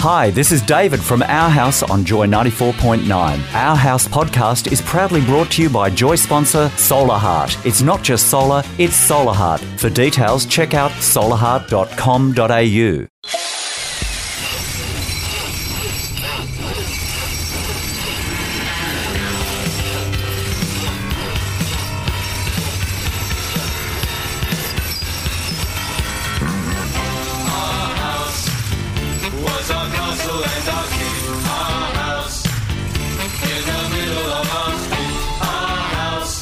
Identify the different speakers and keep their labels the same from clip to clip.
Speaker 1: Hi, this is David from Our House on Joy 94.9. Our House podcast is proudly brought to you by Joy sponsor Solar Heart. It's not just solar, it's Solar Heart. For details, check out solarheart.com.au.
Speaker 2: was our castle and our king, our house. In the middle of our street, our house.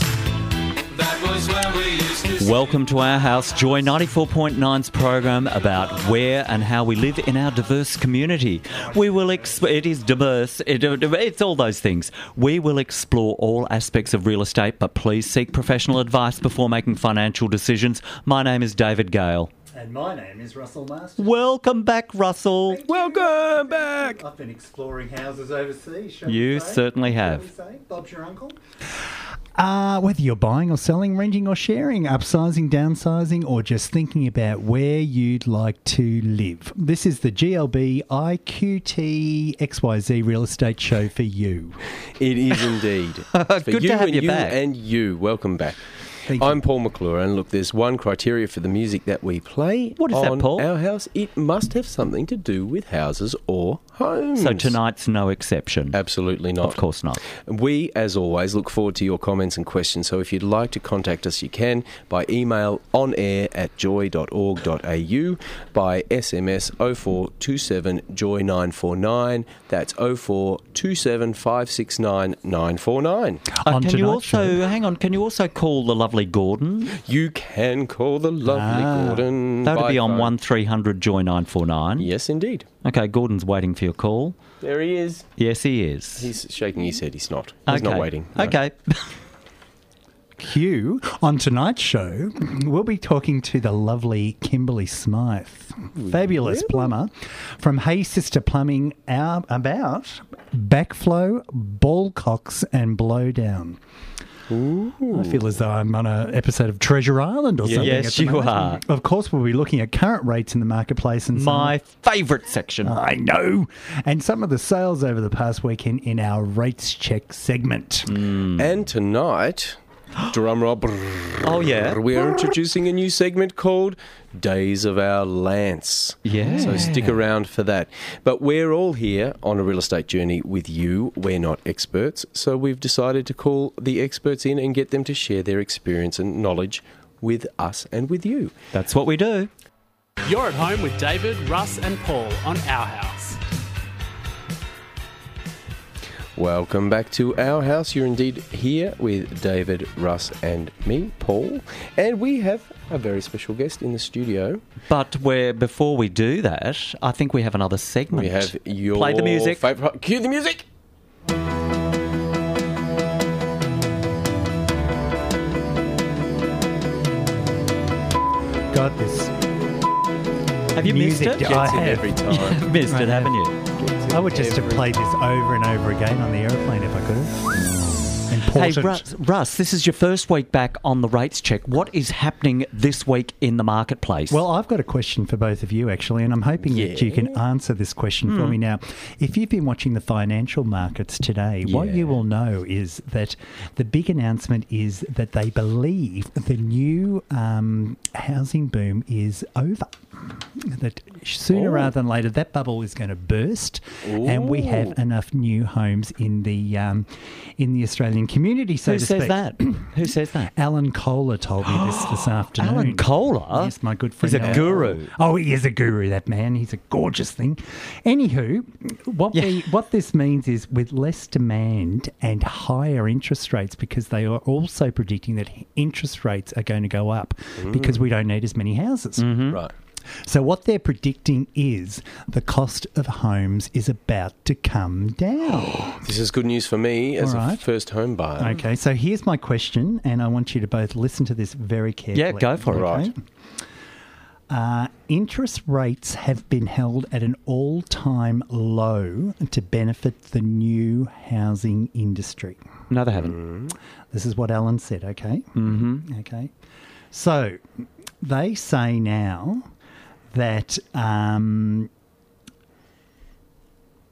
Speaker 2: That was where we used to
Speaker 1: Welcome to Our House, Joy 94.9's program about where and how we live in our diverse community. We will ex- it is diverse, it, it's all those things. We will explore all aspects of real estate, but please seek professional advice before making financial decisions. My name is David Gale.
Speaker 3: And my name is Russell Master.
Speaker 1: Welcome back, Russell.
Speaker 4: Welcome back.
Speaker 3: I've been exploring houses overseas. shall
Speaker 1: You
Speaker 3: we say?
Speaker 1: certainly
Speaker 3: Shall
Speaker 1: have.
Speaker 3: we say? Bob's your uncle. Uh, whether you're buying or selling, renting or sharing, upsizing, downsizing, or just thinking about where you'd like to live, this is the GLB IQT XYZ Real Estate Show for you.
Speaker 4: It is indeed. It's for
Speaker 1: Good to have
Speaker 4: and
Speaker 1: you back.
Speaker 4: And you, welcome back.
Speaker 3: Thank
Speaker 4: I'm Paul McClure, and look, there's one criteria for the music that we play.
Speaker 1: What is that,
Speaker 4: on
Speaker 1: Paul?
Speaker 4: Our house. It must have something to do with houses or homes.
Speaker 1: So tonight's no exception.
Speaker 4: Absolutely not.
Speaker 1: Of course not.
Speaker 4: We, as always, look forward to your comments and questions. So if you'd like to contact us, you can by email on air at joy.org.au, by SMS 0427 joy 949. That's 0427 569 949.
Speaker 1: Uh,
Speaker 3: On
Speaker 1: can you
Speaker 3: tonight's
Speaker 1: also hang on? Can you also call the lovely Gordon?
Speaker 4: You can call the lovely
Speaker 3: Ah.
Speaker 4: Gordon.
Speaker 1: That would
Speaker 4: Mm, by
Speaker 1: be on
Speaker 4: phone.
Speaker 1: one three hundred joy nine four nine.
Speaker 4: Yes, indeed.
Speaker 1: Okay, Gordon's waiting for your call.
Speaker 4: There he is.
Speaker 1: Yes, he is.
Speaker 4: He's shaking his head. He's not. He's
Speaker 1: okay.
Speaker 4: not waiting. No.
Speaker 1: Okay.
Speaker 3: Q. On tonight's show, we'll be talking to the lovely Kimberly Smythe, fabulous plumber from Hey Sister Plumbing, our, about backflow, ball cocks, and blowdown. I feel as though I'm on an episode of Treasure Island or something.
Speaker 1: yes,
Speaker 3: at the
Speaker 1: you
Speaker 3: moment.
Speaker 1: are.
Speaker 3: Of course, we'll be looking at current rates in the marketplace and some-
Speaker 1: My favourite section.
Speaker 3: I know, and some of the sales over the past weekend in our rates check segment.
Speaker 1: Mm.
Speaker 4: Mm. And tonight, drum roll. brrr,
Speaker 1: Oh yeah.
Speaker 4: We're introducing a new segment called Days of Our Lance.
Speaker 1: Yeah.
Speaker 4: So stick around for that. But we're all here on a real estate journey with you. We're not experts. So we've decided to call the experts in and get them to share their experience and knowledge with us and with you.
Speaker 1: That's what we do.
Speaker 5: You're at home with David, Russ, and Paul on Our House.
Speaker 4: Welcome back to our house. You're indeed here with David, Russ, and me, Paul. And we have a very special guest in the studio.
Speaker 1: But where before we do that, I think we have another segment.
Speaker 4: We have your
Speaker 1: play the music.
Speaker 4: Favorite, cue the music.
Speaker 3: Got this.
Speaker 1: have you missed
Speaker 3: music.
Speaker 1: it?
Speaker 3: I
Speaker 4: Gets it
Speaker 3: have.
Speaker 4: every time.
Speaker 1: Missed
Speaker 3: I
Speaker 1: it,
Speaker 3: have.
Speaker 1: haven't you?
Speaker 4: Gets it
Speaker 3: I would just have
Speaker 4: every
Speaker 3: played this over and over again on the airplane if I could have. Important.
Speaker 1: Hey, Russ, Russ, this is your first week back on the rates check. What is happening this week in the marketplace?
Speaker 3: Well, I've got a question for both of you, actually, and I'm hoping that you can answer this question for
Speaker 1: Hmm.
Speaker 3: me now. If you've been watching the financial markets today, what you will know is that the big announcement is that they believe the new um, housing boom is over. That
Speaker 1: Oh.
Speaker 3: sooner rather than later, that bubble is going to burst, and we have enough new homes in the um, in the Australian community. So
Speaker 1: who
Speaker 3: to
Speaker 1: says
Speaker 3: speak.
Speaker 1: that? who says that?
Speaker 3: Alan Kohler told me this this afternoon.
Speaker 1: Alan Kohler?
Speaker 3: Yes, my good friend.
Speaker 1: He's a
Speaker 3: Alan
Speaker 1: guru.
Speaker 3: Kohler. Oh, he is a guru, that man. He's a gorgeous thing. Anywho, what, we, what this means is with less demand and higher interest rates, because they are also predicting that interest rates are going to go up because we don't need as many houses.
Speaker 1: Mm-hmm.
Speaker 4: Right.
Speaker 3: So, what they're predicting is the cost of homes is about to come down.
Speaker 4: This is good news for me as
Speaker 3: All
Speaker 4: a
Speaker 3: right.
Speaker 4: first home buyer.
Speaker 3: Okay, so here's my question, and I want you to both listen to this very carefully.
Speaker 1: Yeah, go for it.
Speaker 4: Right.
Speaker 3: Uh, interest rates have been held at an all time low to benefit the new housing industry.
Speaker 1: No, they
Speaker 4: Mm.
Speaker 1: haven't.
Speaker 3: This is what Alan said, okay? Mm-hmm. Okay. So they say now that um,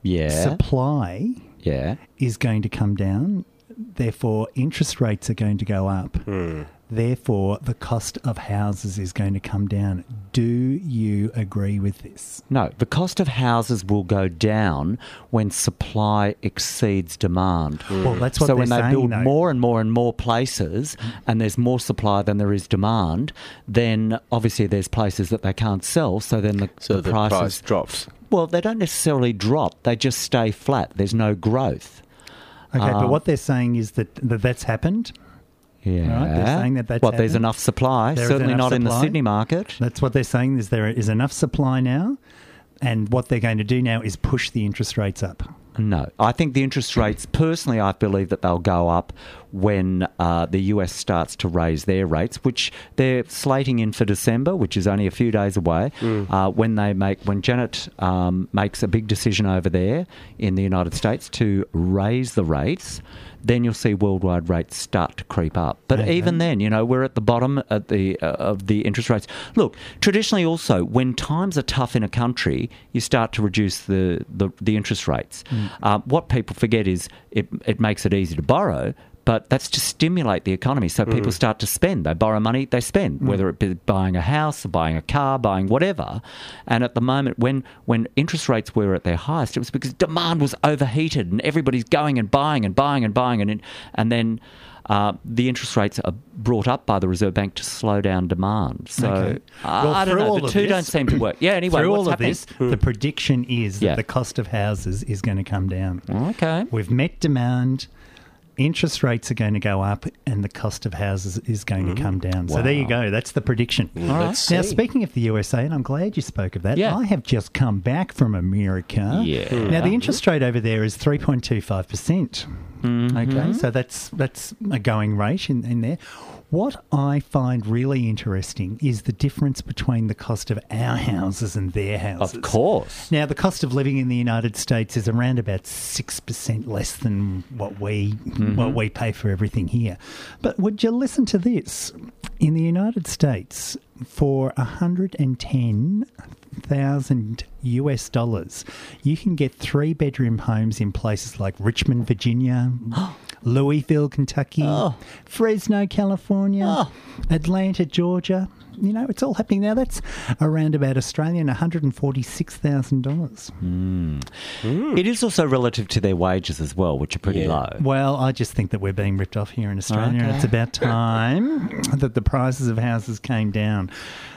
Speaker 1: Yeah.
Speaker 3: supply
Speaker 1: yeah.
Speaker 3: is going to come down, therefore, interest rates are going to go up.
Speaker 1: Hmm.
Speaker 3: Therefore, the cost of houses is going to come down. Do you agree with this?
Speaker 1: No, the cost of houses will go down when supply exceeds demand.
Speaker 3: Well, that's what
Speaker 1: Hmm. so
Speaker 3: they're
Speaker 1: when they
Speaker 3: saying,
Speaker 1: build
Speaker 3: though.
Speaker 1: more and more and more places, and there's more supply than there is demand, then obviously there's places that they can't sell. So then the,
Speaker 4: So the,
Speaker 1: prices
Speaker 4: price drops.
Speaker 1: Well, they don't necessarily drop; they just stay flat. There's no growth.
Speaker 3: Okay, but
Speaker 1: Um,
Speaker 3: what they're saying is that, that that's happened.
Speaker 1: Yeah,
Speaker 3: they're saying that that's
Speaker 1: well, there's
Speaker 3: happened.
Speaker 1: enough supply.
Speaker 3: There is
Speaker 1: Certainly
Speaker 3: enough
Speaker 1: not in the
Speaker 3: supply.
Speaker 1: Sydney market.
Speaker 3: That's what they're saying is there is enough supply now, and what they're going to do now is push the interest rates up.
Speaker 1: No, I think the interest rates. Personally, I believe that they'll go up when uh, the US starts to raise their rates, which they're slating in for December, which is only a few days away. Uh, when they make, when Janet um, makes a big decision over there in the United States to raise the rates, then you'll see worldwide rates start to creep up. But even then, you know, we're at the bottom at the uh, of the interest rates. Look, traditionally, also when times are tough in a country, you start to reduce the the, the interest rates. Uh, what people forget is it it makes it easy to borrow. But that's to stimulate the economy. So people
Speaker 3: Mm.
Speaker 1: start to spend. They borrow money, they spend, whether it be buying a house, or buying a car, buying whatever. And at the moment, when, when interest rates were at their highest, it was because demand was overheated and everybody's going and buying and buying and buying. And, and then uh, the interest rates are brought up by the Reserve Bank to slow down demand. So
Speaker 3: Okay.
Speaker 1: I-
Speaker 3: Well,
Speaker 1: I don't
Speaker 3: through
Speaker 1: know.
Speaker 3: all
Speaker 1: The
Speaker 3: of
Speaker 1: two
Speaker 3: this-
Speaker 1: don't seem to work. Yeah, anyway,
Speaker 3: Through
Speaker 1: what's
Speaker 3: all of
Speaker 1: happening?
Speaker 3: this, hmm. the prediction is that
Speaker 1: Yeah.
Speaker 3: the cost of houses is going to come down.
Speaker 1: Okay.
Speaker 3: We've met demand. Interest rates are going to go up, and the cost of houses is going
Speaker 1: Hmm.
Speaker 3: to come down. So there you go. That's the prediction.
Speaker 4: Let's
Speaker 3: Now,
Speaker 4: see.
Speaker 3: speaking of the USA, and I'm glad you spoke of that,
Speaker 1: Yeah.
Speaker 3: I have just come back from America.
Speaker 1: Yeah.
Speaker 3: Now, the interest rate over there is 3.25%. percent
Speaker 1: Mm-hmm.
Speaker 3: Okay, so that's that's a going rate in, in there. What I find really interesting is the difference between the cost of our houses and their houses.
Speaker 1: Of course.
Speaker 3: Now, the cost of living in the United States is around about six percent less than what we what we pay for everything here. But would you listen to this? In the United States, for hundred and ten thousand US dollars, you can get three bedroom homes in places like Richmond, Virginia. Louisville, Kentucky, Fresno, California, Atlanta, Georgia. You know, it's all happening now. That's around about Australian $146,000.
Speaker 1: Hmm. It is also relative to their wages as well, which are pretty
Speaker 4: Yeah.
Speaker 1: low.
Speaker 3: hmm. Well, I just think that we're being ripped off here in Australia, and it's about time that the prices of houses came down.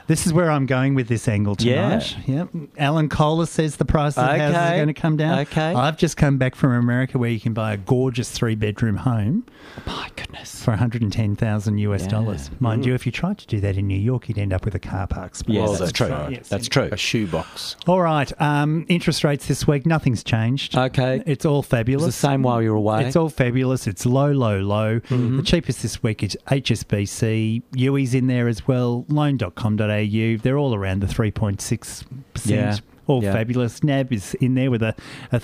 Speaker 3: This is where I'm going with this angle
Speaker 1: Yeah.
Speaker 3: tonight. Yep. Alan Kohler says the prices of houses are
Speaker 1: Okay.
Speaker 3: going to come down.
Speaker 1: Okay.
Speaker 3: I've just come back from America where you can buy a gorgeous three bedroom home
Speaker 1: My goodness.
Speaker 3: for 110,000 US
Speaker 1: Yeah.
Speaker 3: dollars. Mind you, if you tried to do that in New York, you'd end up with a car park space.
Speaker 1: Yes,
Speaker 4: Well,
Speaker 1: that's,
Speaker 4: that's
Speaker 1: true.
Speaker 4: right.
Speaker 3: Yes,
Speaker 1: That's
Speaker 3: in-
Speaker 1: true.
Speaker 4: A shoebox.
Speaker 3: All right. Um, interest rates this week, nothing's changed.
Speaker 1: Okay.
Speaker 3: It's all
Speaker 1: It
Speaker 3: fabulous.
Speaker 1: was the same Mm-hmm. while you were away.
Speaker 3: It's all fabulous. It's low, low, low. The cheapest this week is HSBC. Yui's in there as well. Loan.com.au. They're all around the 3.6%.
Speaker 1: Yeah.
Speaker 3: All
Speaker 1: Yeah.
Speaker 3: fabulous. NAB is in there with a, a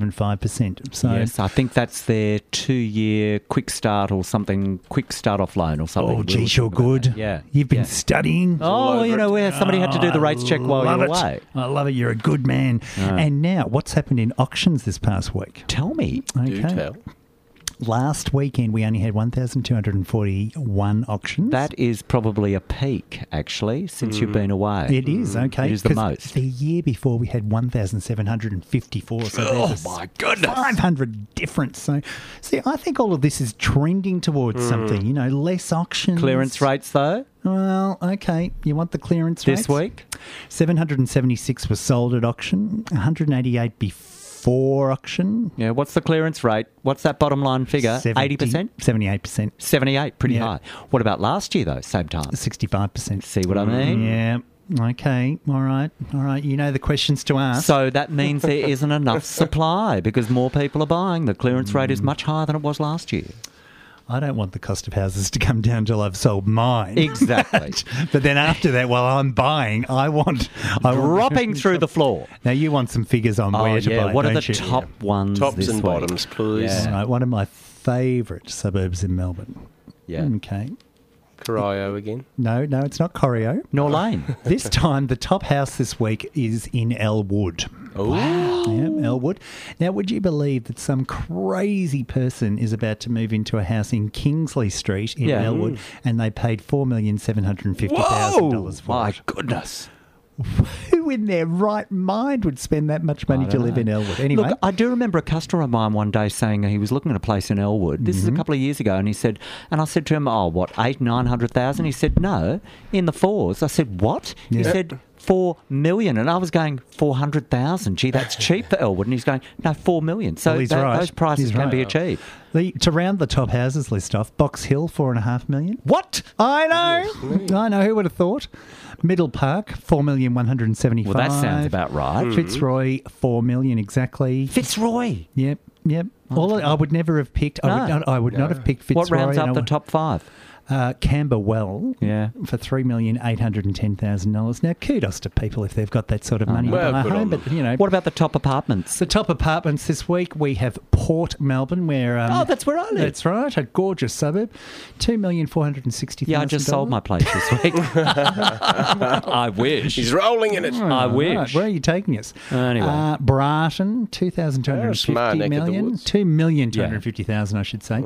Speaker 3: 3.75%. So
Speaker 1: Yes, I think that's their two-year quick start or something, quick start-off loan or something.
Speaker 3: Oh,
Speaker 1: We were
Speaker 3: geez, you're
Speaker 1: talking about
Speaker 3: good.
Speaker 1: that. Yeah,
Speaker 3: You've been
Speaker 1: yeah.
Speaker 3: studying.
Speaker 1: Oh, you know, where somebody had to do the
Speaker 3: Oh,
Speaker 1: rates check while you
Speaker 3: love
Speaker 1: were
Speaker 3: it.
Speaker 1: away.
Speaker 3: I love it. You're a good man. And now, what's happened in auctions this past week?
Speaker 1: Tell me,
Speaker 4: Do tell.
Speaker 3: Last weekend, we only had 1,241 auctions.
Speaker 1: that is probably a peak actually since you've been away.
Speaker 3: Hmm. It is, okay.
Speaker 1: Mm, It is the
Speaker 3: 'cause
Speaker 1: most.
Speaker 3: The year before we had 1,754. So oh, my goodness. 500 difference. So, see, I think all of this is trending towards something, you know, less auctions.
Speaker 1: Mm. Clearance rates though
Speaker 3: Well, okay. You want the clearance
Speaker 1: this
Speaker 3: rates?
Speaker 1: week.
Speaker 3: 776 were sold at auction, 188 before auction.
Speaker 1: Yeah, what's the clearance rate? What's that bottom line figure?
Speaker 3: 70
Speaker 1: Eighty percent,
Speaker 3: 78%,
Speaker 1: seventy-eight, pretty
Speaker 3: Yeah.
Speaker 1: high. What about last year though? Same time.
Speaker 3: 65%.
Speaker 1: See what I mean?
Speaker 3: Yeah. Okay. All right. All right. You know the questions to ask.
Speaker 1: So that means there isn't
Speaker 3: Hmm.
Speaker 1: enough supply because more people are buying. The clearance rate is much higher than it was last year.
Speaker 3: I don't want the cost of houses to come down till I've sold mine.
Speaker 1: Exactly.
Speaker 3: but then after that, while I'm buying, I want I want-
Speaker 1: Dropping through the floor.
Speaker 3: Now you want some figures on
Speaker 1: Oh,
Speaker 3: where to
Speaker 1: yeah.
Speaker 3: buy.
Speaker 1: What are
Speaker 3: don't
Speaker 1: the
Speaker 3: you?
Speaker 1: top ones?
Speaker 4: Tops
Speaker 1: this
Speaker 4: and
Speaker 1: week?
Speaker 4: bottoms, please.
Speaker 3: Yeah.
Speaker 1: Yeah.
Speaker 3: Right, one of my favourite suburbs in Melbourne.
Speaker 1: Yeah.
Speaker 3: Okay.
Speaker 4: Cario again.
Speaker 3: No, no, it's not Corio.
Speaker 1: Nor Lane.
Speaker 3: This time, the top house this week is in Elwood.
Speaker 4: Oh,
Speaker 3: Yeah, Elwood. Now, would you believe that some crazy person is about to move into a house in Kingsley Street in
Speaker 1: Yeah. Mm.
Speaker 3: Elwood, and they paid four million seven hundred fifty thousand
Speaker 1: Whoa!
Speaker 3: dollars for
Speaker 1: My
Speaker 3: it?
Speaker 1: goodness.
Speaker 3: Who in their right mind would spend that much money to live in Elwood? Anyway,
Speaker 1: Look, I do remember a customer of mine one day saying he was looking at a place in Elwood. This is
Speaker 3: Mm-hmm.
Speaker 1: a couple of years ago, and he said, and I said to him, "Oh, what eight, nine hundred thousand? He said, "No, in the fours. I said, "What?" He
Speaker 3: Yeah.
Speaker 1: said, four million, and I was going four hundred thousand. Gee, that's cheap for Elwood. And he's going, "No, four million. So
Speaker 3: Well, he's
Speaker 1: tha-
Speaker 3: right.
Speaker 1: those prices
Speaker 3: He's
Speaker 1: can
Speaker 3: right.
Speaker 1: be achieved.
Speaker 3: the, to round the top houses list off, Box Hill four and a half million.
Speaker 1: What?
Speaker 3: I know. I know. Who would have thought? Middle Park, four million one hundred and seventy-five.
Speaker 1: Well, that sounds about
Speaker 3: Hmm.
Speaker 1: right.
Speaker 3: Fitzroy, four million exactly.
Speaker 1: Fitzroy.
Speaker 3: Yep, yep. All I, I would never have picked. I would
Speaker 1: No.
Speaker 3: not. I would not have picked Fitzroy.
Speaker 1: What rounds
Speaker 3: and I
Speaker 1: up the
Speaker 3: would-
Speaker 1: top five?
Speaker 3: Uh, Camberwell.
Speaker 1: Yeah.
Speaker 3: For three million eight hundred and ten thousand dollars. Now, kudos to people if they've got that sort of
Speaker 1: Oh,
Speaker 3: money
Speaker 4: Well,
Speaker 3: to buy a
Speaker 4: good on
Speaker 3: home.
Speaker 4: them.
Speaker 3: But you know,
Speaker 1: What about the top apartments?
Speaker 3: the top apartments this week we have Port Melbourne, where um,
Speaker 1: Oh, that's where I live.
Speaker 3: That's right, a gorgeous suburb. Two million four hundred and sixty.
Speaker 1: Yeah, I just sold my place this week. I wish.
Speaker 4: he's rolling in it.
Speaker 1: I
Speaker 3: Right,
Speaker 1: wish.
Speaker 3: where are you taking us?
Speaker 1: Anyway.
Speaker 3: uh, Brighton, two thousand two hundred
Speaker 4: Smart
Speaker 3: fifty
Speaker 4: neck of the
Speaker 3: million,
Speaker 4: woods.
Speaker 3: two million two hundred fifty thousand, I should say.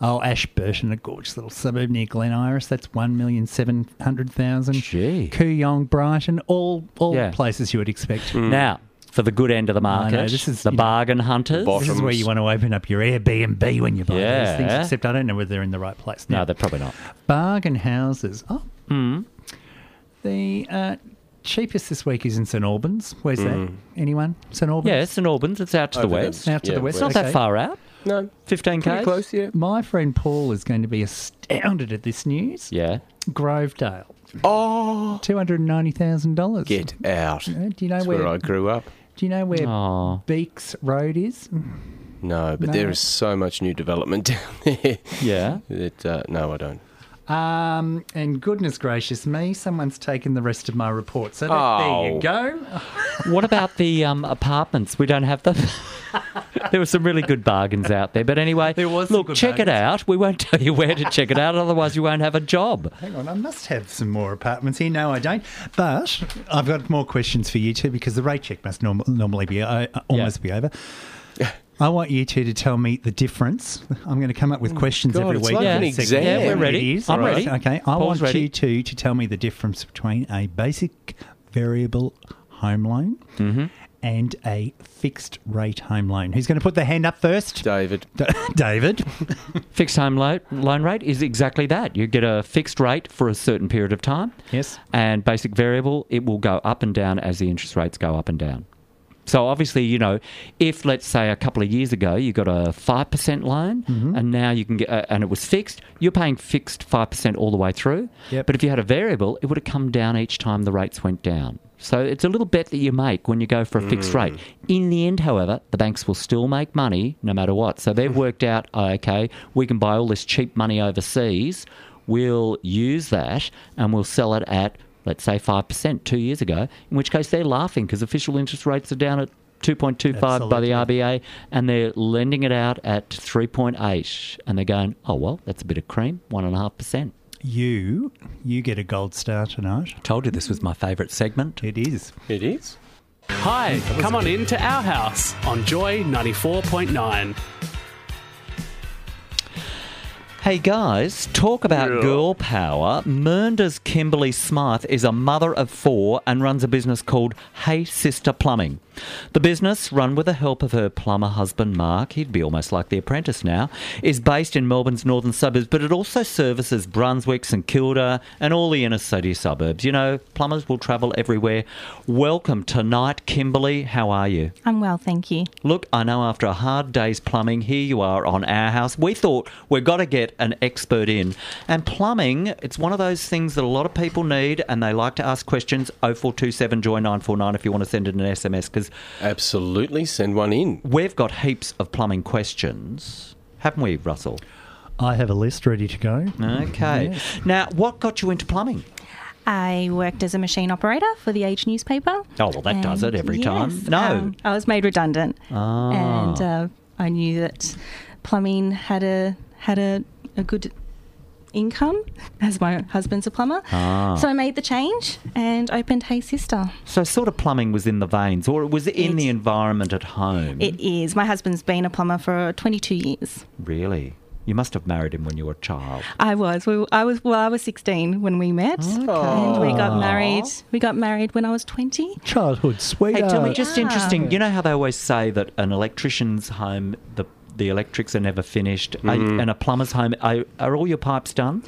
Speaker 3: Oh, Ashburton, a gorgeous little suburb near Glen Iris, that's one million seven hundred thousand.
Speaker 1: Gee.
Speaker 3: Kooyong, Brighton, all all
Speaker 1: Yeah.
Speaker 3: places you would expect.
Speaker 1: Now, for the good end of the market,
Speaker 3: know, this is-
Speaker 1: the
Speaker 3: you know-
Speaker 1: bargain hunters.
Speaker 4: Bottom.
Speaker 3: This is where you want to open up your Airbnb when you buy
Speaker 1: Yeah.
Speaker 3: those things. Except I don't know whether they're in the right place.
Speaker 1: No,
Speaker 3: Now,
Speaker 1: they're Hmm. probably not.
Speaker 3: bargain houses. Oh, the uh, cheapest this week is in St Albans. Where's that? Anyone? St Albans.
Speaker 1: Yeah, it's in Auburn. It's out to the
Speaker 4: Over there.
Speaker 1: west.
Speaker 3: Out to
Speaker 4: Yeah,
Speaker 3: the west.
Speaker 1: It's not that
Speaker 3: okay.
Speaker 1: far out.
Speaker 4: No,
Speaker 1: 15
Speaker 4: pretty
Speaker 1: k.
Speaker 4: close. Yeah.
Speaker 3: My friend Paul is going to be astounded at this news.
Speaker 1: Yeah.
Speaker 3: Grovedale,
Speaker 4: Oh,
Speaker 3: two hundred ninety thousand dollars.
Speaker 4: get out.
Speaker 3: Do you know
Speaker 4: That's
Speaker 3: where,
Speaker 4: where I grew up.
Speaker 3: Do you know where
Speaker 1: Oh.
Speaker 3: Beeks Road is?
Speaker 4: No, but
Speaker 3: No.
Speaker 4: there is so much new development down there.
Speaker 1: Yeah.
Speaker 4: That uh, no, I don't.
Speaker 3: Um, and goodness gracious me, someone's taken the rest of my report. So that, there
Speaker 4: Oh.
Speaker 3: you go.
Speaker 1: What about the um, apartments? We don't have them. there were some really good bargains out there. But anyway,
Speaker 3: There was some
Speaker 1: look,
Speaker 3: good
Speaker 1: check it out. We won't tell you where to check it out, otherwise, you won't have a job.
Speaker 3: Hang on, I must have some more apartments here. No, I don't. But I've got more questions for you two because the rate check must norm- normally be uh, almost be over. I want you two to tell me the difference. I'm going to come up with questions
Speaker 4: Mm. God,
Speaker 3: every
Speaker 4: it's
Speaker 3: week.
Speaker 4: like
Speaker 3: for
Speaker 1: an
Speaker 3: the segment.
Speaker 4: exam. Yeah, we're
Speaker 1: ready.
Speaker 3: It is.
Speaker 1: I'm
Speaker 3: All
Speaker 1: ready.
Speaker 3: Okay, I
Speaker 1: Paul's
Speaker 3: want
Speaker 1: ready.
Speaker 3: you two to tell me the difference between a basic variable home loan
Speaker 1: Mm-hmm.
Speaker 3: and a fixed rate home loan. Who's going to put their hand up first?
Speaker 4: David,
Speaker 3: Da- David.
Speaker 1: Fixed home lo- loan rate is exactly that. You get a fixed rate for a certain period of time.
Speaker 3: Yes.
Speaker 1: And basic variable, it will go up and down as the interest rates go up and down. So obviously, you know, if let's say a couple of years ago you got a five percent loan,
Speaker 3: Mm-hmm.
Speaker 1: and now you can get, uh, and it was fixed, you're paying fixed five percent all the way through.
Speaker 3: Yep.
Speaker 1: But if you had a variable, it would have come down each time the rates went down. So it's a little bet that you make when you go for a fixed rate. In the end, however, the banks will still make money no matter what. So they've worked out, "Oh, okay, we can buy all this cheap money overseas. We'll use that and we'll sell it at let's say 5% two years ago, in which case they're laughing because official interest rates are down at 2.25 by the
Speaker 3: Absolutely.
Speaker 1: RBA and they're lending it out at 3.8. And they're going, oh, well, that's a bit of cream, 1.5%.
Speaker 3: You, you get a gold star tonight.
Speaker 1: Told you this was my favourite segment.
Speaker 3: It is.
Speaker 4: it is.
Speaker 5: Hi, come on in to our house on Joy 94.9.
Speaker 1: Hey guys, talk about
Speaker 4: Yeah.
Speaker 1: girl power. Mernda's Kimberly Smythe is a mother of four and runs a business called Hey Sister Plumbing. The business, run with the help of her plumber husband Mark, he'd be almost like the apprentice now, is based in Melbourne's northern suburbs, but it also services Brunswick, St Kilda, and all the inner city suburbs. You know, plumbers will travel everywhere. Welcome tonight, Kimberly. How are you?
Speaker 6: I'm well, thank you.
Speaker 1: Look, I know after a hard day's plumbing, here you are on our house. We thought we've got to get an expert in. And plumbing, it's one of those things that a lot of people need and they like to ask questions. 0427 Joy 949 if you want to send it an SMS because
Speaker 4: Absolutely, send one in.
Speaker 1: we've got heaps of plumbing questions. Haven't we, Russell?
Speaker 3: I have a list ready to go.
Speaker 1: Okay. Now, what got you into plumbing?
Speaker 6: I worked as a machine operator for the Age newspaper.
Speaker 1: Oh, well, that does it every time.
Speaker 6: yes,
Speaker 1: No. Ah.
Speaker 6: um, I was made redundant, and uh, I knew that plumbing had a had a, a good income, as my husband's a plumber.
Speaker 1: Ah.
Speaker 6: So I made the change and opened Hey Sister.
Speaker 1: So, sort of plumbing was in the veins, or was it in
Speaker 6: It-
Speaker 1: the environment at home?
Speaker 6: It is. My husband's been a plumber for 22 years.
Speaker 1: really? You must have married him when you were a child.
Speaker 6: I was. We, were- I was. Well, I was 16 when we met, and we got married. We got married when I was 20.
Speaker 3: Childhood
Speaker 1: Hey,
Speaker 3: sweetheart.
Speaker 1: tell me, just
Speaker 6: Yeah.
Speaker 1: interesting. You know how they always say that an electrician's home, the the electrics are never finished, Are-
Speaker 4: Mm.
Speaker 1: and a plumber's home. Are, are all your pipes done?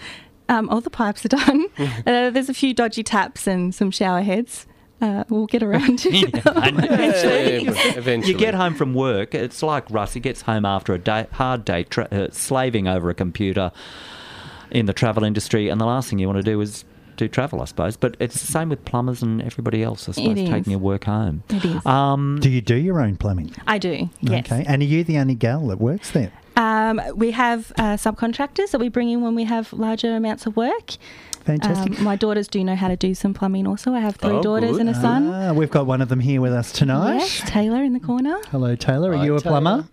Speaker 6: Um, all the pipes are done. uh, there's a few dodgy taps and some shower heads. Uh, we'll get around to them.
Speaker 1: I know.
Speaker 4: Yeah, but eventually.
Speaker 1: You get home from work. It's like Russ. He gets home after a day, hard day tra- uh, slaving over a computer in the travel industry, and the last thing you want to do is do travel, I suppose. But it's the same with plumbers and everybody else, I suppose,
Speaker 6: is.
Speaker 1: taking your work home.
Speaker 6: It is.
Speaker 1: Um,
Speaker 3: do you do your own plumbing?
Speaker 6: I do. Yes.
Speaker 3: Okay. And are you the only gal that works there?
Speaker 6: Um, we have uh, subcontractors that we bring in when we have larger amounts of work. Um,
Speaker 3: Fantastic.
Speaker 6: my daughters do know how to do some plumbing. Also, I have three
Speaker 4: Oh,
Speaker 6: daughters
Speaker 4: good.
Speaker 6: and a son.
Speaker 3: Ah, we've got one of them here with us tonight.
Speaker 6: yes, Taylor in the corner.
Speaker 3: Hello, Taylor. Are
Speaker 4: Hi,
Speaker 3: you a
Speaker 4: Taylor.
Speaker 3: plumber?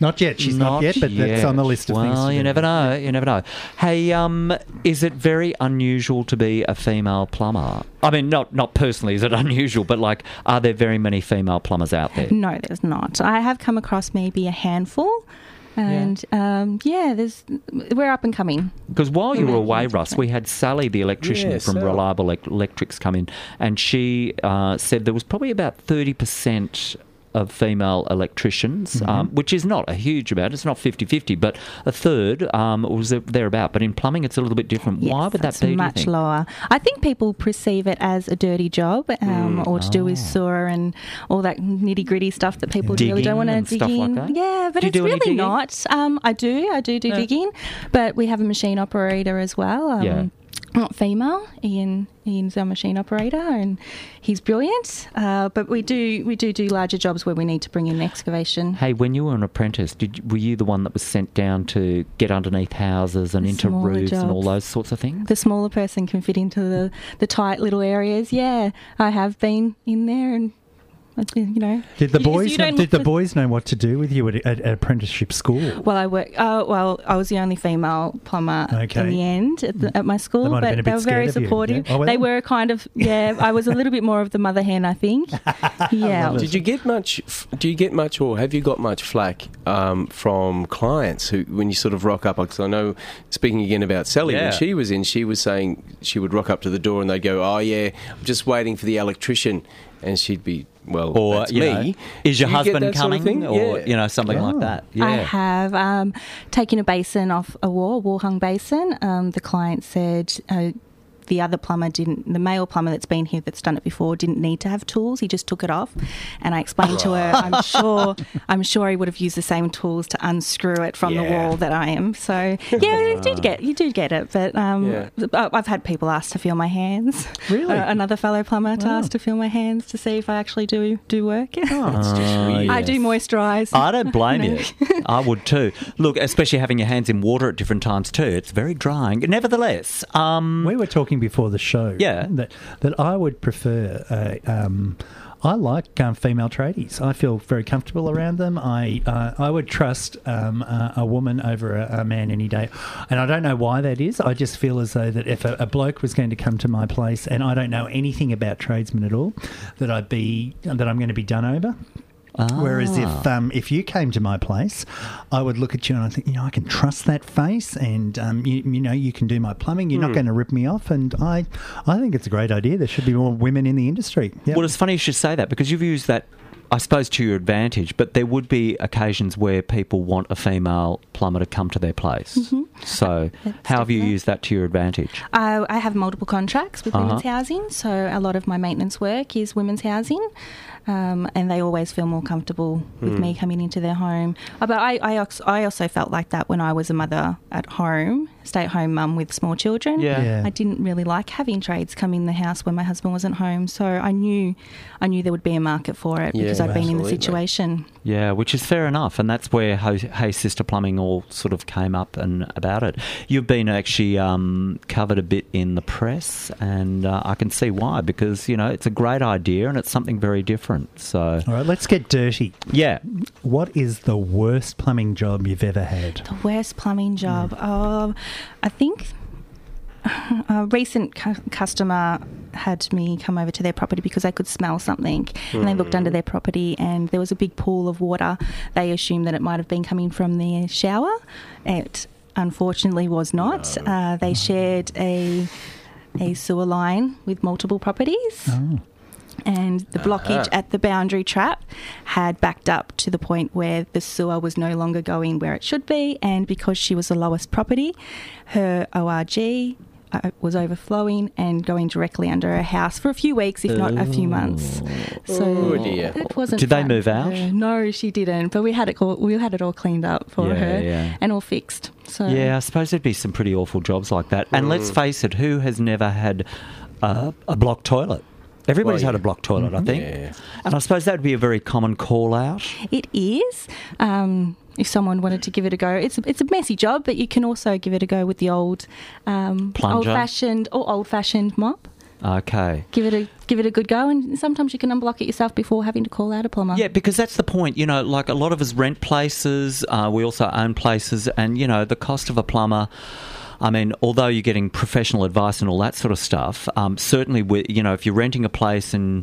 Speaker 3: Not yet. She's not, yet, but that's
Speaker 1: yet.
Speaker 3: on the list of
Speaker 1: well,
Speaker 3: things. to
Speaker 1: you
Speaker 3: do.
Speaker 1: never know. You never know. Hey, um, is it very unusual to be a female plumber? I mean, not not personally, is it unusual? But like, are there very many female plumbers out there?
Speaker 6: No, there's not. I have come across maybe a handful, and yeah, um, yeah there's we're up and coming.
Speaker 1: Because while you were away, Russ, we had Sally, the electrician
Speaker 4: Yeah,
Speaker 1: from
Speaker 4: Sal.
Speaker 1: Reliable Elec- Electrics, come in, and she uh, said there was probably about thirty percent of female electricians,
Speaker 6: Mm-hmm.
Speaker 1: um, which is not a huge amount. It's not 50-50, but a third um, was thereabout. But in plumbing, it's a little bit different. Why
Speaker 6: Yes,
Speaker 1: would that
Speaker 6: it's
Speaker 1: be? do you
Speaker 6: much
Speaker 1: think?
Speaker 6: lower? I think people perceive it as a dirty job,
Speaker 1: Mm,
Speaker 6: um, or to do
Speaker 1: oh.
Speaker 6: with sewer and all that nitty gritty stuff that people really
Speaker 1: Digging
Speaker 6: don't want to
Speaker 1: and
Speaker 6: dig
Speaker 1: stuff like
Speaker 6: in.
Speaker 1: that?
Speaker 6: Yeah, but
Speaker 1: Do you
Speaker 6: it's
Speaker 1: do any
Speaker 6: really
Speaker 1: digging?
Speaker 6: not. Um, I do, I do do digging, but we have a machine operator as well. Um,
Speaker 1: Yeah.
Speaker 6: Not female. Ian Ian's our machine operator, and he's brilliant. Uh, but we do we do do larger jobs where we need to bring in excavation.
Speaker 1: Hey, when you were an apprentice, did you- were you the one that was sent down to get underneath houses and into
Speaker 6: Smaller
Speaker 1: roofs and all
Speaker 6: jobs.
Speaker 1: those sorts of things?
Speaker 6: the smaller person can fit into the, the tight little areas. Yeah, I have been in there and, I do- you know.
Speaker 3: Did the
Speaker 6: You- you
Speaker 3: boys?
Speaker 6: don't
Speaker 3: Know,
Speaker 6: look
Speaker 3: did the
Speaker 6: for-
Speaker 3: boys know what to do with you at, at, at apprenticeship school?
Speaker 6: Well, I work. Oh, well, I was the only female plumber
Speaker 3: Okay.
Speaker 6: in the end at, the, at my school,
Speaker 3: might have been
Speaker 6: but
Speaker 3: a
Speaker 6: they
Speaker 3: bit
Speaker 6: were very
Speaker 3: scared of you,
Speaker 6: supportive.
Speaker 3: yeah? Oh, were
Speaker 6: they
Speaker 3: they?
Speaker 6: were kind of yeah. I was a little bit more of the mother hen, I think. Yeah.
Speaker 4: Did you get much? f- Do you get much, or have you got much flack um, from clients who, when you sort of rock up? Because I know, speaking again about Sally,
Speaker 1: Yeah.
Speaker 4: when she was in, she was saying she would rock up to the door and they'd go, "Oh yeah, I'm just waiting for the electrician," and she'd be, "Well,
Speaker 1: or
Speaker 4: that's
Speaker 1: you
Speaker 4: me."
Speaker 1: know, is your
Speaker 4: Do you get
Speaker 1: husband
Speaker 4: that sort
Speaker 1: coming,
Speaker 4: of thing?
Speaker 1: or
Speaker 4: Yeah.
Speaker 1: you know something like
Speaker 3: Oh.
Speaker 1: that?
Speaker 6: I have um, taken a basin off a wall, wall hung basin. Um, the client said uh, the other plumber didn't, the male plumber that's been here that's done it before didn't need to have tools. He just took it off, and I explained to her, I'm sure, I'm sure he would have used the same tools to unscrew it from the
Speaker 4: Yeah.
Speaker 6: wall that I am. So yeah, you did get you do get it, but um,
Speaker 4: Yeah.
Speaker 6: I- I've had people ask to feel my hands.
Speaker 3: Really?
Speaker 6: Uh, another fellow plumber to ask to feel my hands to see if I actually do do work.
Speaker 1: Oh,
Speaker 6: I do moisturise.
Speaker 1: I don't blame you. I would too. Look, especially having your hands in water at different times too. It's very drying. Nevertheless, um,
Speaker 3: We were talking before the show.
Speaker 1: Yeah.
Speaker 3: That that I would prefer. Uh, um, I like um, female tradies. I feel very comfortable around them. I uh, I would trust um, a, a woman over a, a man any day, and I don't know why that is. I just feel as though that if a, a bloke was going to come to my place and I don't know anything about tradesmen at all, that I'd be that I'm going to be done over. Whereas if
Speaker 1: Ah.
Speaker 3: um, if you came to my place, I would look at you and I think you know I can trust that face, and um, you, you know you can do my plumbing. You're
Speaker 1: Hmm.
Speaker 3: not going to rip me off, and I I think it's a great idea. There should be more women in the industry. Yeah.
Speaker 1: well, it's funny you should say that because you've used that, I suppose, to your advantage. But there would be occasions where people want a female plumber to come to their place.
Speaker 6: Mm-hmm.
Speaker 1: So, how have you used that to your advantage?
Speaker 6: Uh, I, I have multiple contracts with
Speaker 1: Uh-huh.
Speaker 6: women's housing, so a lot of my maintenance work is women's housing, um, and they always feel more comfortable with me coming into their home. Uh, But I, I, als- I also felt like that when I was a mother at home, stay at home mum with small children.
Speaker 1: Yeah.
Speaker 3: Yeah.
Speaker 6: I didn't really like having trades come in the house when my husband wasn't home, so I knew I knew there would be a market for it
Speaker 4: Yeah,
Speaker 6: because I'd been in the
Speaker 4: absolutely.
Speaker 6: situation.
Speaker 1: Yeah, which is fair enough, and that's where Ho- Hey Sister Plumbing all sort of came up and about it. You've been actually um, covered a bit in the press, and uh, I can see why because you know it's a great idea and it's something very different. So
Speaker 3: All right, let's get dirty.
Speaker 1: yeah,
Speaker 3: What is the worst plumbing job you've ever had?
Speaker 6: The worst plumbing job. Oh, I think a recent cu- customer had me come over to their property because they could smell something and they looked under their property and there was a big pool of water. They assumed that it might have been coming from their shower. It unfortunately was not. Uh, they shared a a sewer line with multiple properties. And the blockage at the boundary trap had backed up to the point where the sewer was no longer going where it should be. And because she was the lowest property, her ORG uh, was overflowing and going directly under her house for a few weeks, if not a few months. So
Speaker 4: Oh, dear.
Speaker 6: it wasn't.
Speaker 1: Did they
Speaker 6: fun
Speaker 1: move
Speaker 6: for
Speaker 1: out?
Speaker 6: her. No, she didn't. But we had it all, we had it all cleaned up for
Speaker 1: Yeah,
Speaker 6: her
Speaker 1: yeah.
Speaker 6: and all fixed. So
Speaker 1: yeah, I suppose there'd be some pretty awful jobs like that. And let's face it, who has never had uh, a blocked toilet? Everybody's
Speaker 4: Well,
Speaker 1: had a
Speaker 4: yeah.
Speaker 1: blocked toilet, I think.
Speaker 4: Yeah.
Speaker 1: And I suppose that would be a very common call out.
Speaker 6: It is. Um, if someone wanted to give it a go, it's a, it's a messy job, but you can also give it a go with the old um,
Speaker 1: Plunger.
Speaker 6: old fashioned or old fashioned mop.
Speaker 1: Okay.
Speaker 6: Give it a give it a good go, and sometimes you can unblock it yourself before having to call out a plumber.
Speaker 1: Yeah, because that's the point. You know, like a lot of us rent places, uh, we also own places, and, you know, the cost of a plumber. I mean, although you're getting professional advice and all that sort of stuff, um, certainly, we, you know, if you're renting a place and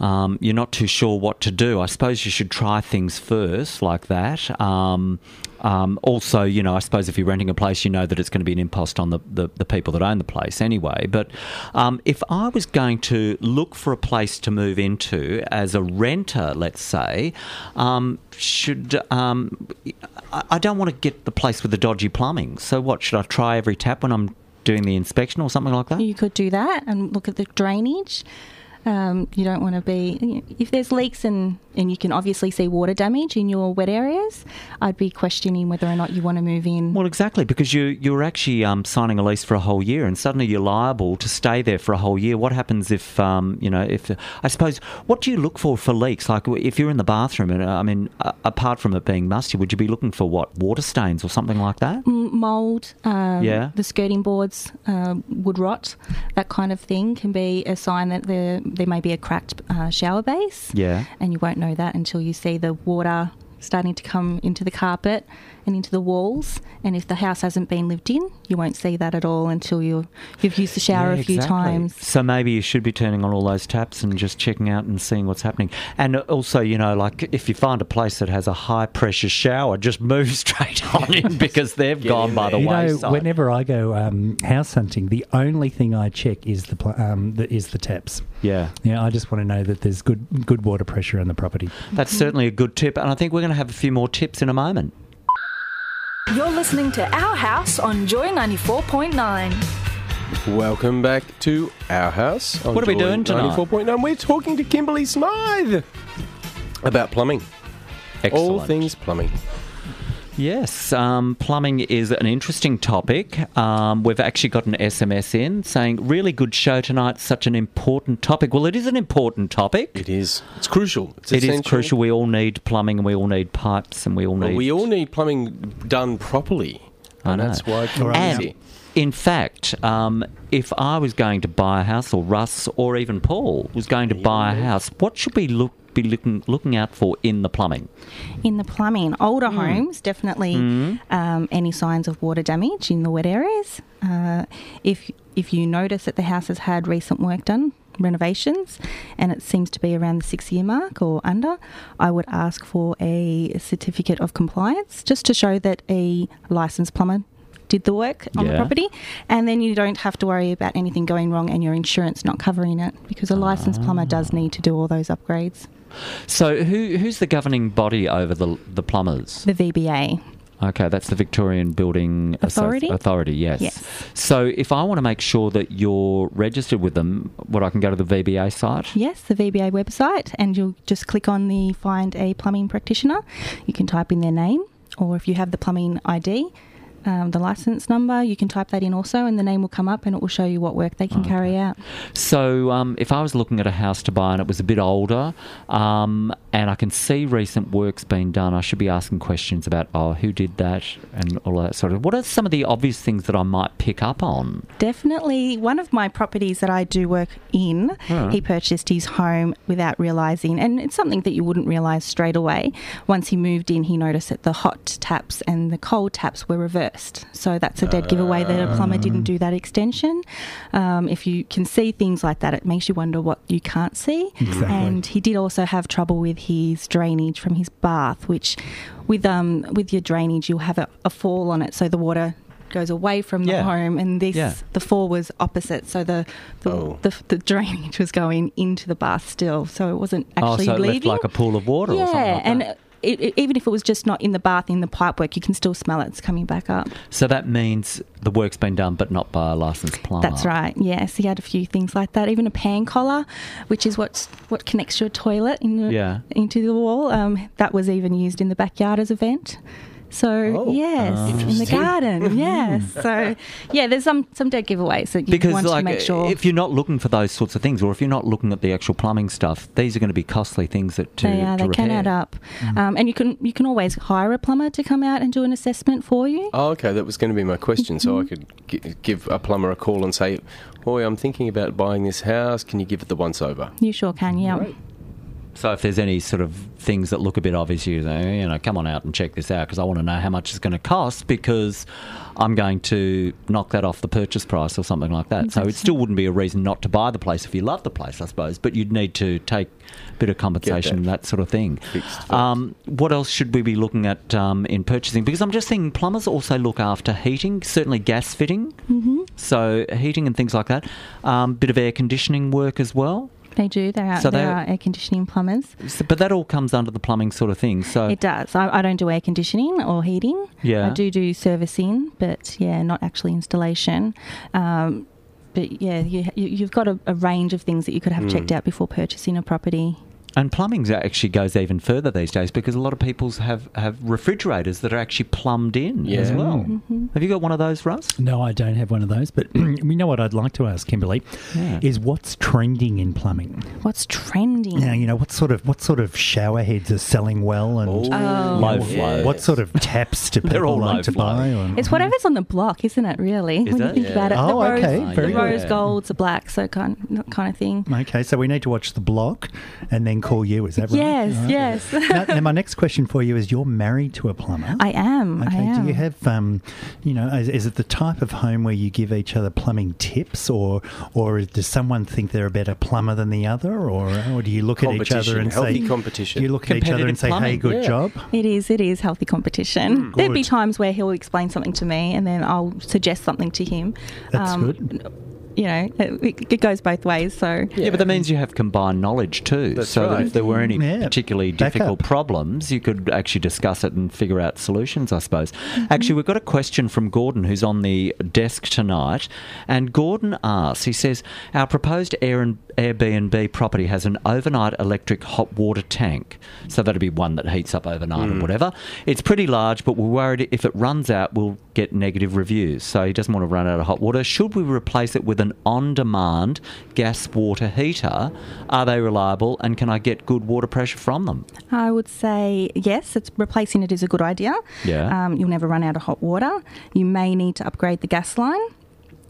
Speaker 1: um, you're not too sure what to do, I suppose you should try things first like that. Um, um, also, you know, I suppose if you're renting a place, you know that it's going to be an impost on the, the, the people that own the place anyway. But um, if I was going to look for a place to move into as a renter, let's say, um, should um, I, I don't want to get the place with the dodgy plumbing. So what should I try every tap when I'm doing the inspection or something like that?
Speaker 6: You could do that and look at the drainage. Um, you don't want to be if there's leaks and and you can obviously see water damage in your wet areas. I'd be questioning whether or not you want to move in.
Speaker 1: Well, exactly, because you you're actually um, signing a lease for a whole year, and suddenly you're liable to stay there for a whole year. What happens if um, you know if I suppose what do you look for for leaks? Like if you're in the bathroom, and uh, I mean, a- apart from it being musty, would you be looking for what water stains or something like that?
Speaker 6: mold, um,
Speaker 1: Yeah.
Speaker 6: the skirting boards um, would rot. That kind of thing can be a sign that there there may be a cracked uh, shower base.
Speaker 1: Yeah.
Speaker 6: and you won't know that until you see the water starting to come into the carpet and into the walls. And if the house hasn't been lived in, you won't see that at all until you you've used the shower
Speaker 1: Yeah,
Speaker 6: a few
Speaker 1: exactly.
Speaker 6: times.
Speaker 1: So maybe you should be turning on all those taps and just checking out and seeing what's happening. And uh, also, you know, like if you find a place that has a high pressure shower, just move straight on in because they've gone
Speaker 4: in
Speaker 1: by the
Speaker 4: there.
Speaker 3: You know,
Speaker 1: wayside.
Speaker 3: whenever I go um, house hunting, the only thing I check is the pl- um, the, is the taps.
Speaker 1: yeah.
Speaker 3: Yeah, I just want to know that there's good good water pressure in the property.
Speaker 1: That's
Speaker 4: Mm-hmm.
Speaker 1: certainly a good tip, and I think we're going to have a few more tips in a moment.
Speaker 7: You're listening to Our House on Joy 94.9.
Speaker 4: Welcome back to Our House. on
Speaker 1: What are we
Speaker 4: Joy
Speaker 1: doing tonight?
Speaker 4: 94.9. We're talking to Kimberly Smythe about plumbing. All
Speaker 1: Excellent.
Speaker 4: things plumbing.
Speaker 1: Yes, um, plumbing is an interesting topic. Um, we've actually got an SMS in saying, "Really good show tonight. Such an important topic." Well, it is an important topic.
Speaker 4: It is. It's crucial. It's
Speaker 1: It is
Speaker 4: essential.
Speaker 1: crucial. We all need plumbing, and we all need pipes, and we all
Speaker 4: But
Speaker 1: need.
Speaker 4: we all need plumbing done properly.
Speaker 1: I
Speaker 4: and
Speaker 1: know.
Speaker 4: that's why it's
Speaker 1: and
Speaker 4: easy.
Speaker 1: in fact, um, if I was going to buy a house, or Russ, or even Paul was going to buy a house, what should we look be looking looking out for in the plumbing?
Speaker 6: In the plumbing, older homes definitely um, any signs of water damage in the wet areas. Uh, if if you notice that the house has had recent work done, renovations, and it seems to be around the six year mark or under, I would ask for a certificate of compliance just to show that a licensed plumber did the work on the
Speaker 1: Yeah.
Speaker 6: property and then you don't have to worry about anything going wrong and your insurance not covering it because a licensed plumber does need to do all those upgrades
Speaker 1: So who who's the governing body over the the plumbers?
Speaker 6: the VBA
Speaker 1: Okay, that's the Victorian Building Associ-
Speaker 6: Authority?
Speaker 1: Authority, yes.
Speaker 6: Yes.
Speaker 1: So if I want to make sure that you're registered with them, what I can go to the VBA site.
Speaker 6: Yes, the VBA website, and you'll just click on the Find a Plumbing Practitioner. You can type in their name, or if you have the plumbing ID, um, the license number. You can type that in also, and the name will come up, and it will show you what work they can carry out.
Speaker 1: So, um, if I was looking at a house to buy and it was a bit older, um, and I can see recent work's been done, I should be asking questions about, oh, who did that and all that sort of. What are some of the obvious things that I might pick up on?
Speaker 6: Definitely, one of my properties that I do work in, he purchased his home without realizing, and it's something that you wouldn't realize straight away. Once he moved in, he noticed that the hot taps and the cold taps were reversed. So that's a dead giveaway that a plumber didn't do that extension. Um, if you can see things like that, it makes you wonder what you can't see.
Speaker 3: Exactly.
Speaker 6: And he did also have trouble with his drainage from his bath, which with um with your drainage you'll have a, a fall on it, so the water goes away from the
Speaker 1: Yeah.
Speaker 6: home and this
Speaker 1: Yeah.
Speaker 6: the fall was opposite so the the,
Speaker 4: Oh.
Speaker 6: the the drainage was going into the bath still so it wasn't
Speaker 1: Oh,
Speaker 6: actually
Speaker 1: so it left
Speaker 6: leaving
Speaker 1: like a pool of water or
Speaker 6: yeah
Speaker 1: something like
Speaker 6: and
Speaker 1: that.
Speaker 6: It, it- even if it was just not in the bath in the pipework you can still smell it it's coming back up
Speaker 1: So that means the work's been done, but not by a licensed plumber.
Speaker 6: that's right. Yes, he had a few things like that. Even a pan collar, which is what's what connects your toilet in the,
Speaker 1: Yeah.
Speaker 6: into the wall. Um, that was even used in the backyard as a vent. So
Speaker 4: Oh.
Speaker 6: yes, in the garden. yes. So yeah, there's some some dead giveaways that you
Speaker 1: Because
Speaker 6: want
Speaker 1: like,
Speaker 6: to make sure.
Speaker 1: if you're not looking for those sorts of things, or if you're not looking at the actual plumbing stuff, these are going to be costly things that to,
Speaker 6: they are.
Speaker 1: to
Speaker 6: They can
Speaker 1: repair.
Speaker 6: add up, um, and you can you can always hire a plumber to come out and do an assessment for you.
Speaker 4: Oh, okay. That was going to be my question. So I could g- give a plumber a call and say, "Oi, I'm thinking about buying this house. Can you give it the once over?"
Speaker 6: You sure can, yeah.
Speaker 1: So if there's any sort of things that look a bit obvious, you know, you know come on out and check this out because I want to know how much it's going to cost because I'm going to knock that off the purchase price or something like that. So it still wouldn't be a reason not to buy the place if you love the place, I suppose. But you'd need to take a bit of compensation and that sort of thing. Um, what else should we be looking at um, in purchasing? Because I'm just thinking plumbers also look after heating, certainly gas fitting, mm-hmm. so heating and things like that. Um, bit of air conditioning work as well.
Speaker 6: They do. They are.
Speaker 1: So
Speaker 6: they
Speaker 1: they-
Speaker 6: are air conditioning plumbers.
Speaker 1: So- but that all comes under the plumbing sort of thing. So
Speaker 6: It does. I, I don't do air conditioning or heating.
Speaker 1: Oh. Yeah.
Speaker 6: I do do servicing, but yeah, not actually installation. Um, but yeah, you, you, you've got a, a range of things that you could have checked out before purchasing a property.
Speaker 1: and plumbing actually goes even further these days because a lot of people's have have refrigerators that are actually plumbed in as
Speaker 4: Yeah.
Speaker 1: well. Have you got one of those, Russ?
Speaker 3: No, I don't have one of those, but we know what I'd like to ask Kimberly
Speaker 1: Yeah.
Speaker 3: is what's trending in plumbing.
Speaker 6: What's trending?
Speaker 3: Now, you know, what sort of what sort of shower heads are selling well and
Speaker 4: Oh.
Speaker 1: Low
Speaker 3: what-
Speaker 1: flow.
Speaker 3: What sort of taps do people
Speaker 1: all low
Speaker 3: like to
Speaker 1: flow.
Speaker 3: buy? And-
Speaker 6: It's whatever's on the block, isn't it? Really,
Speaker 1: Is
Speaker 6: when
Speaker 1: it?
Speaker 6: you think about it,
Speaker 3: Yeah.
Speaker 6: the
Speaker 3: Oh,
Speaker 6: rose,
Speaker 3: okay, very
Speaker 6: the
Speaker 3: good.
Speaker 6: rose
Speaker 1: Yeah.
Speaker 6: golds, the black, so kind, that kind of thing.
Speaker 3: Okay, so we need to watch the block and then call you. Is that right?
Speaker 6: Yes,
Speaker 3: All right.
Speaker 6: yes.
Speaker 3: now, now, my next question for you is: You're married to a plumber.
Speaker 6: I am. I
Speaker 3: Okay.
Speaker 6: am.
Speaker 3: Do you have, um, you know, is, is it the type of home where you give each other plumbing tips, or or does someone think they're a better plumber than the other, or or do you look at each other
Speaker 4: Competition,
Speaker 3: and
Speaker 4: healthy
Speaker 3: say
Speaker 4: competition.
Speaker 3: You look at each other and
Speaker 1: Competitive
Speaker 3: say,
Speaker 1: plumbing,
Speaker 3: "Hey, good
Speaker 1: yeah.
Speaker 3: job."
Speaker 6: It is. It is healthy competition. There'd be
Speaker 3: Mm, Good.
Speaker 6: times where he'll explain something to me, and then I'll suggest something to him.
Speaker 3: That's
Speaker 6: Um,
Speaker 3: good.
Speaker 6: You know, it, it goes both ways. So
Speaker 1: Yeah. but that means you have combined knowledge too.
Speaker 4: That's
Speaker 1: so that
Speaker 4: right.
Speaker 1: if there were any
Speaker 3: Yeah.
Speaker 1: particularly
Speaker 3: Back
Speaker 1: difficult
Speaker 3: up.
Speaker 1: problems, you could actually discuss it and figure out solutions, I suppose. Actually, we've got a question from Gordon who's on the desk tonight. And Gordon asks, he says, Our proposed Air and Airbnb property has an overnight electric hot water tank. So that'd be one that heats up overnight or whatever. It's pretty large, but we're worried if it runs out, we'll get negative reviews. So he doesn't want to run out of hot water. Should we replace it with an on demand gas water heater? Are they reliable and can I get good water pressure from them?
Speaker 6: I would say yes. It's replacing it is a good idea.
Speaker 1: Yeah.
Speaker 6: Um, you'll never run out of hot water. You may need to upgrade the gas line,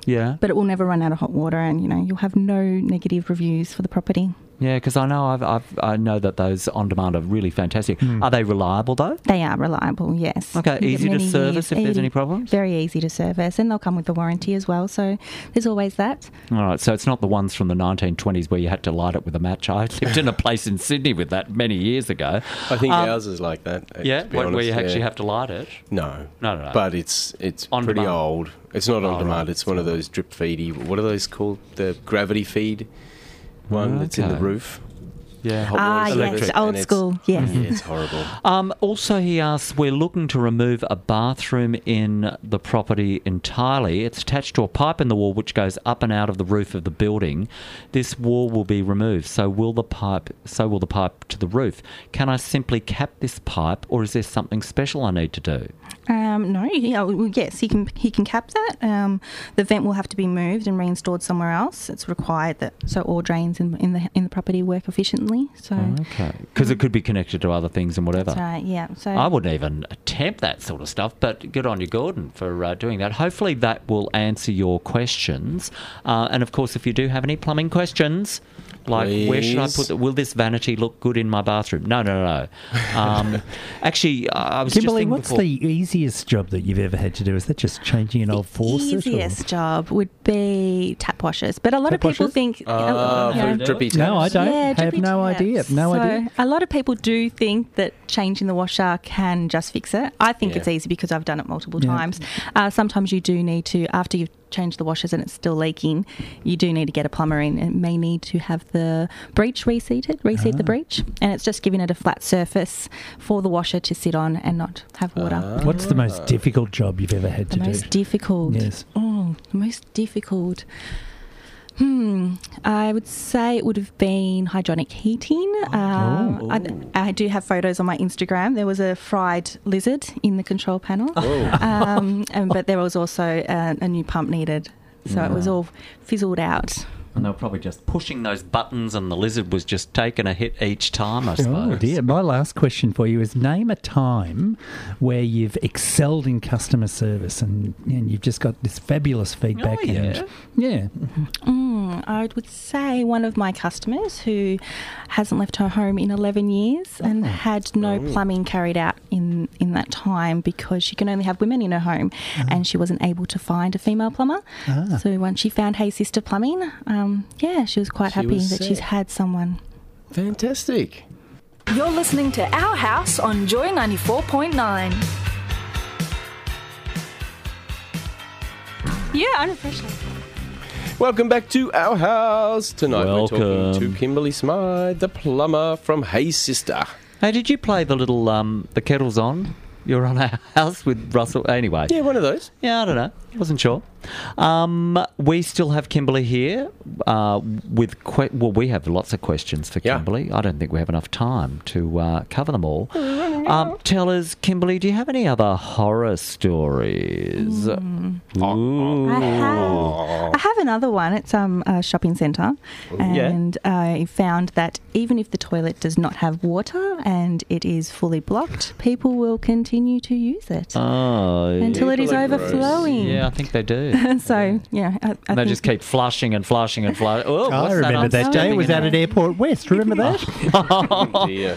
Speaker 1: Yeah.
Speaker 6: but it will never run out of hot water, and you know you'll have no negative reviews for the property.
Speaker 1: Yeah, because I know I've, I've, I know that those on demand are really fantastic. Are they reliable though?
Speaker 6: They are reliable. Yes.
Speaker 1: Okay,
Speaker 6: You get
Speaker 1: easy to
Speaker 6: many
Speaker 1: service if there's any problems?
Speaker 6: Very easy to service, and they'll come with the warranty as well. So there's always that.
Speaker 1: All right, so it's not the ones from the 1920s where you had to light it with a match. I lived in a place in Sydney with that many years ago.
Speaker 4: I think
Speaker 1: Um,
Speaker 4: ours is like that. uh,
Speaker 1: Yeah,
Speaker 4: to be
Speaker 1: where, where
Speaker 4: honest,
Speaker 1: you
Speaker 4: yeah.
Speaker 1: actually have to light it.
Speaker 4: No,
Speaker 1: No, no, no.
Speaker 4: But it's it's
Speaker 1: On
Speaker 4: pretty
Speaker 1: demand.
Speaker 4: old. It's not on
Speaker 1: Oh,
Speaker 4: demand.
Speaker 1: right.
Speaker 4: It's one of those drip feedy. What are those called? The gravity feed one that's in the
Speaker 1: Okay.
Speaker 4: roof.
Speaker 1: Yeah.
Speaker 4: Hot
Speaker 6: Ah,
Speaker 4: water is
Speaker 1: yes,
Speaker 4: electric,
Speaker 6: old
Speaker 4: and it's-
Speaker 6: school, yes.
Speaker 4: Yeah, it's horrible.
Speaker 1: Um, also, he asks, we're looking to remove a bathroom in the property entirely. It's attached to a pipe in the wall which goes up and out of the roof of the building. This wall will be removed. So will the pipe. So will the pipe to the roof. Can I simply cap this pipe, or is there something special I need to do?
Speaker 6: Um, no, yeah, well, yes, he can he can cap that. Um, the vent will have to be moved and reinstalled somewhere else. It's required that so all drains in, in the in the property work efficiently. So
Speaker 1: Okay, because it could be connected to other things and whatever.
Speaker 6: that's right, yeah. So
Speaker 1: I wouldn't even attempt that sort of stuff, but good on you, Gordon, for uh, doing that. Hopefully, that will answer your questions. Uh, and of course, if you do have any plumbing questions, like where should I
Speaker 4: Please.
Speaker 1: put the, will this vanity look good in my bathroom? No, no, no. no. Um, actually, I I was
Speaker 3: Kimberly,
Speaker 1: just thinking
Speaker 3: what's
Speaker 1: before-
Speaker 3: the easiest job that you've ever had to do? Is that just changing an old faucet? or-
Speaker 6: easiest job would be tap washers, but a lot
Speaker 3: Tap
Speaker 6: of people
Speaker 3: washers?
Speaker 6: think oh,
Speaker 4: Ah,
Speaker 6: you know,
Speaker 4: for drippy
Speaker 3: No, I
Speaker 4: taps.
Speaker 3: don't.
Speaker 6: Yeah,
Speaker 3: have
Speaker 6: drippy
Speaker 3: no
Speaker 6: taps.
Speaker 3: idea. No
Speaker 6: so
Speaker 3: idea.
Speaker 6: A lot of people do think that changing the washer can just fix it. I think
Speaker 4: Yeah.
Speaker 6: it's easy because I've done it multiple
Speaker 3: Yeah.
Speaker 6: times. Uh, sometimes you do need to, after you've changed the washers and it's still leaking, you do need to get a plumber in. It may need to have the breech reseated, reseat
Speaker 3: Ah.
Speaker 6: the breech, and it's just giving it a flat surface for the washer to sit on and not have water.
Speaker 3: What's the most difficult job you've ever had
Speaker 6: The
Speaker 3: to do?
Speaker 6: most difficult.
Speaker 3: Yes.
Speaker 6: Oh, the most difficult. Hmm. I would say it would have been hydronic heating. Um, I, I do have photos on my Instagram. There was a fried lizard in the control panel, um, and, but there was also a, a new pump needed. So it was all fizzled out.
Speaker 1: And they were probably just pushing those buttons, and the lizard was just taking a hit each time. I suppose.
Speaker 3: Oh dear! My last question for you is: Name a time where you've excelled in customer service and, and you've just got this fabulous feedback.
Speaker 1: yeah.
Speaker 3: and, yeah.
Speaker 6: Mm, I would say one of my customers who hasn't left her home in 11 years and
Speaker 4: Oh,
Speaker 6: had no plumbing carried out in, in that time because she can only have women in her home
Speaker 4: Uh-huh.
Speaker 6: and she wasn't able to find a female plumber.
Speaker 4: Ah.
Speaker 6: So once she found Hey Sister Plumbing, um, yeah, she was quite
Speaker 4: She
Speaker 6: happy
Speaker 4: was
Speaker 6: that
Speaker 4: set.
Speaker 6: she's had someone.
Speaker 4: Fantastic.
Speaker 7: You're listening to Our House on Joy 94.9.
Speaker 6: Yeah, under pressure.
Speaker 4: Welcome back to our house. Tonight we're talking
Speaker 1: Welcome.
Speaker 4: to Kimberly Smythe, the plumber from Hey Sister.
Speaker 1: Hey, did you play the little um, the kettle's on? You're on our house with Russell. Anyway,
Speaker 4: Yeah, one of those.
Speaker 1: Yeah, I don't know. Wasn't sure. Um, we still have Kimberly here uh, with que- well, we have lots of questions for
Speaker 4: Yeah.
Speaker 1: Kimberly. I don't think we have enough time to uh, cover them all. Um, tell us, Kimberly, do you have any other horror stories? Ooh.
Speaker 6: I have, I have another one. It's um, a shopping centre, and I found that even if the toilet does not have water and it is fully blocked, people will continue to use it
Speaker 1: Oh,
Speaker 6: until it is
Speaker 4: people are gross.
Speaker 6: overflowing.
Speaker 1: yeah, I think they do.
Speaker 6: And so yeah, I, I
Speaker 1: And they
Speaker 6: think-
Speaker 1: just keep flushing and flushing and flushing. Oh,
Speaker 3: I
Speaker 1: what's
Speaker 3: remember
Speaker 1: I'm
Speaker 3: that, day. It
Speaker 1: stepping
Speaker 3: was
Speaker 1: in
Speaker 3: out at Airport West. Remember that?
Speaker 1: Oh.
Speaker 4: Dear.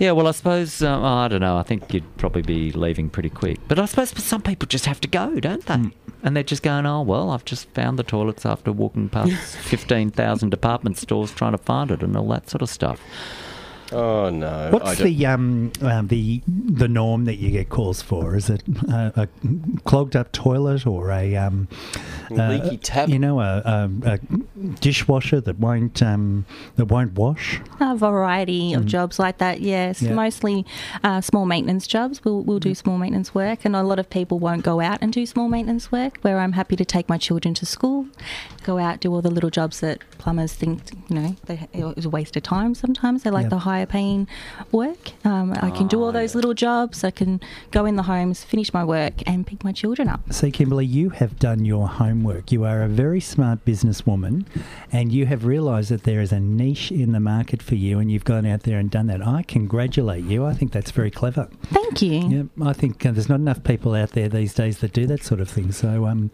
Speaker 1: Yeah, well, I suppose um, I don't know. I think you'd probably be leaving pretty quick. But I suppose some people just have to go, don't they? And they're just going, "Oh well, I've just found the toilets after walking past fifteen thousand department stores trying to find it and all that sort of stuff."
Speaker 4: Oh no. I
Speaker 3: What's
Speaker 4: don't-
Speaker 3: the um, um the the norm that you get calls for? Is it uh, a clogged up toilet or a um,
Speaker 4: Leaky tap.
Speaker 3: You know, a, a, a dishwasher that won't um, that won't wash.
Speaker 6: a variety
Speaker 1: Mm.
Speaker 6: of jobs like that. Yes,
Speaker 3: Yeah. Mm.
Speaker 6: mostly uh, small maintenance jobs. We'll, we'll do small maintenance work, and a lot of people won't go out and do small maintenance work. Where I'm happy to take my children to school, go out, do all the little jobs that plumbers think you know they, it was a waste of time. Sometimes they like
Speaker 3: Yeah.
Speaker 6: the higher paying work. Um, I can
Speaker 1: Ah,
Speaker 6: do all those little jobs. I can go in the homes, finish my work, and pick my children up.
Speaker 3: See, Kimberly, you have done your homework. You are a very smart businesswoman, and you have realised that there is a niche in the market for you, and you've gone out there and done that. I congratulate you. I think that's very clever.
Speaker 6: Thank you.
Speaker 3: Yeah, I think uh, there's not enough people out there these days that do that sort of thing. So, um,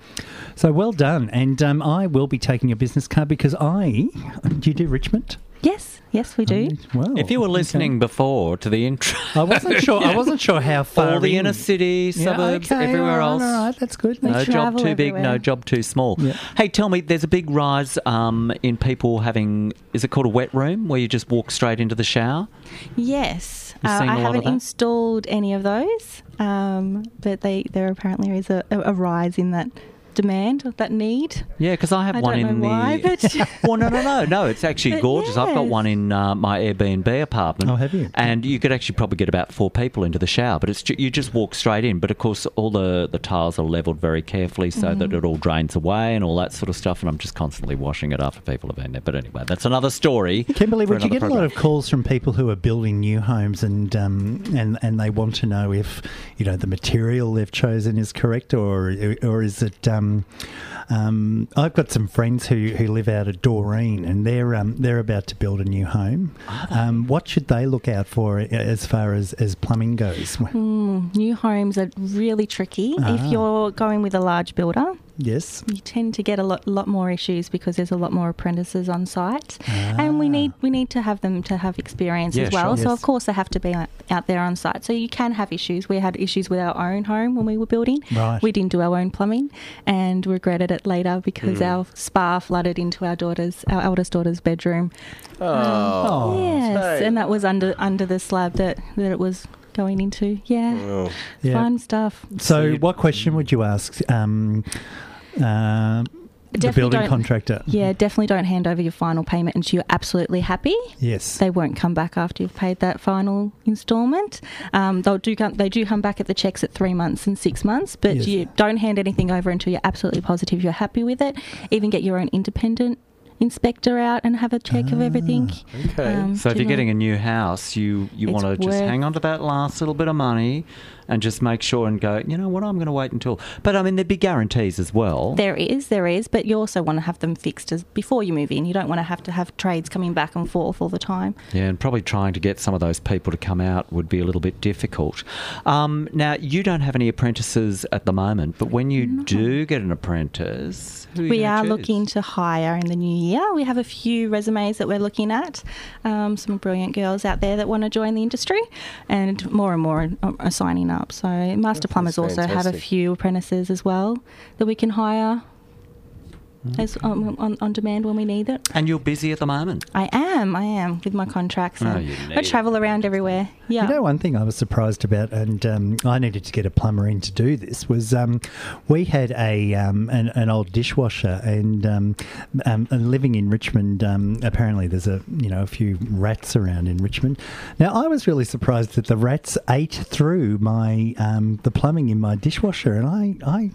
Speaker 3: so well done. And um, I will be taking your business card because I. Do you do Richmond?
Speaker 6: Yes, yes, we do.
Speaker 3: Well,
Speaker 1: If you were
Speaker 3: okay.
Speaker 1: listening before to the intro,
Speaker 3: I wasn't sure. I wasn't sure how far
Speaker 1: all the
Speaker 3: in.
Speaker 1: inner city,
Speaker 3: Yeah,
Speaker 1: suburbs,
Speaker 3: okay,
Speaker 1: everywhere
Speaker 3: all
Speaker 1: else.
Speaker 3: right, All right, that's good.
Speaker 1: No
Speaker 3: That's-
Speaker 1: job
Speaker 6: travel
Speaker 1: too big, no
Speaker 6: everywhere.
Speaker 1: job too small.
Speaker 3: Yeah.
Speaker 1: Hey, tell me, there's a big rise um, in people having, is it called a wet room, where you just walk straight into the shower?
Speaker 6: Yes,
Speaker 1: You've
Speaker 6: uh,
Speaker 1: seen
Speaker 6: I
Speaker 1: a lot of
Speaker 6: haven't
Speaker 1: that?
Speaker 6: installed any of those, um, but they there apparently is a, a, a rise in that demand, that need.
Speaker 1: Yeah, because I have
Speaker 6: I
Speaker 1: one
Speaker 6: don't
Speaker 1: in the.
Speaker 6: know why, but-
Speaker 1: well, no, no, no, no. It's actually
Speaker 6: But
Speaker 1: gorgeous. I've got
Speaker 6: yes.
Speaker 1: one in uh, my Airbnb apartment.
Speaker 3: Oh, have you?
Speaker 1: And you could actually probably get about four people into the shower, but it's ju- you just walk straight in. But of course, all the the tiles are levelled very carefully so that
Speaker 6: Mm-hmm.
Speaker 1: it all drains away and all that sort of stuff. And I'm just constantly washing it after people have been there. But anyway, that's another story.
Speaker 3: Kimberly,
Speaker 1: for
Speaker 3: would you
Speaker 1: another
Speaker 3: get a lot
Speaker 1: program.
Speaker 3: of calls from people who are building new homes and um, and and they want to know if you know the material they've chosen is correct or or is it? Um, um, I've got some friends who, who live out of Doreen and they're um, they're about to build a new home. Um, what should they look out for a- as far as, as plumbing goes?
Speaker 6: New homes are really tricky.
Speaker 3: Ah.
Speaker 6: If you're going with a large builder,
Speaker 3: Yes,
Speaker 6: you tend to get a lot, lot more issues because there's a lot more apprentices on site, and we need we need to have them to have experience
Speaker 1: Yeah,
Speaker 6: as
Speaker 1: sure.
Speaker 6: well. So
Speaker 3: Ah. Yes.
Speaker 6: of course they have to be out, out there on site. So you can have issues. We had issues with our own home when we were building.
Speaker 3: Right.
Speaker 6: We didn't do our own plumbing, and regretted it later because
Speaker 3: Hmm.
Speaker 6: our spa flooded into our daughter's our eldest daughter's bedroom. Um,
Speaker 3: Oh.
Speaker 6: yes,
Speaker 4: Hey.
Speaker 6: and that was under under the slab that that it was going into. Yeah,
Speaker 3: Yeah.
Speaker 6: fun stuff.
Speaker 3: So, what question would you ask um, uh, the
Speaker 6: Definitely
Speaker 3: building
Speaker 6: don't-
Speaker 3: contractor?
Speaker 6: Yeah, definitely don't hand over your final payment until you're absolutely happy.
Speaker 3: Yes.
Speaker 6: They won't come back after you've paid that final instalment. Um, they'll do come, they do come back at the checks at three months and six months, but
Speaker 3: Yes.
Speaker 6: you don't hand anything over until you're absolutely positive you're happy with it. Even get your own independent inspector out and have a check of everything.
Speaker 4: Okay.
Speaker 1: So if
Speaker 6: do
Speaker 1: you're
Speaker 6: know-
Speaker 1: getting a new house, you, you
Speaker 6: It's
Speaker 1: want to just
Speaker 6: worth-
Speaker 1: hang on to that last little bit of money and just make sure and go, you know what, I'm going to wait until. But I mean, there'd be guarantees as well.
Speaker 6: There is, there is, but you also want to have them fixed as before you move in. You don't want to have to have trades coming back and forth all the time.
Speaker 1: Yeah, and probably trying to get some of those people to come out would be a little bit difficult. Um, now, you don't have any apprentices at the moment, but when you do get an apprentice, who
Speaker 6: We
Speaker 1: you gonna
Speaker 6: are
Speaker 1: choose?
Speaker 6: looking to hire in the new year. We have a few resumes that we're looking at. Um, some brilliant girls out there that want to join the industry, and more and more are, are signing up. So, master plumbers also have a
Speaker 4: fantastic.
Speaker 6: few apprentices as well that we can hire as on, on, on demand when we need it.
Speaker 1: And you're busy at the moment.
Speaker 6: I am, I am with my contracts.
Speaker 1: Oh,
Speaker 6: and
Speaker 1: you
Speaker 6: I
Speaker 1: need
Speaker 6: travel around everywhere. Yeah.
Speaker 3: You know, one thing I was surprised about, and um, I needed to get a plumber in to do this, was um, we had a um, an, an old dishwasher, and um, um, and living in Richmond, um, apparently there's a you know a few rats around in Richmond. Now I was really surprised that the rats ate through my um, the plumbing in my dishwasher, and I, I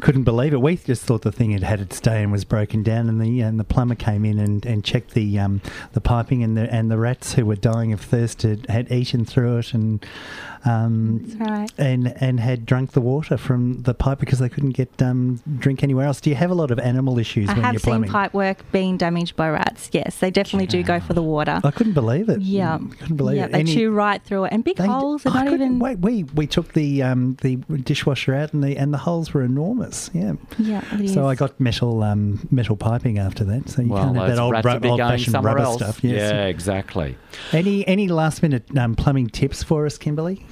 Speaker 3: couldn't believe it. We just thought the thing had had its day and was broken down, and the uh, and the plumber came in and, and checked the um, the piping, and the and the rats who were dying of thirst had, had eaten through it, and um,
Speaker 6: That's right.
Speaker 3: and and had drunk the water from the pipe because they couldn't get um, drink anywhere else. Do you have a lot of animal issues
Speaker 6: I
Speaker 3: when
Speaker 6: have
Speaker 3: you're
Speaker 6: seen
Speaker 3: plumbing?
Speaker 6: pipe work being damaged by rats. Yes, they definitely do go for the water.
Speaker 3: I couldn't believe it.
Speaker 6: Yeah,
Speaker 3: Mm, couldn't believe
Speaker 6: yeah,
Speaker 3: it.
Speaker 6: They
Speaker 3: Any-
Speaker 6: chew right through it, and big
Speaker 3: They-
Speaker 6: holes. They're
Speaker 3: I
Speaker 6: not
Speaker 3: couldn't-
Speaker 6: even.
Speaker 3: Wait, we we took the um, the dishwasher out and the and the holes were enormous. Yeah.
Speaker 6: Yeah, it is.
Speaker 3: So I got metal um, metal piping after that. So you
Speaker 1: Well,
Speaker 3: can't have
Speaker 1: those
Speaker 3: that old,
Speaker 1: rats
Speaker 3: ru-
Speaker 1: would be
Speaker 3: old
Speaker 1: going
Speaker 3: fashioned
Speaker 1: somewhere
Speaker 3: rubber
Speaker 1: else.
Speaker 3: stuff. Yes.
Speaker 1: Yeah, exactly.
Speaker 3: Any any last minute um, plumbing tips for us, Kimberly?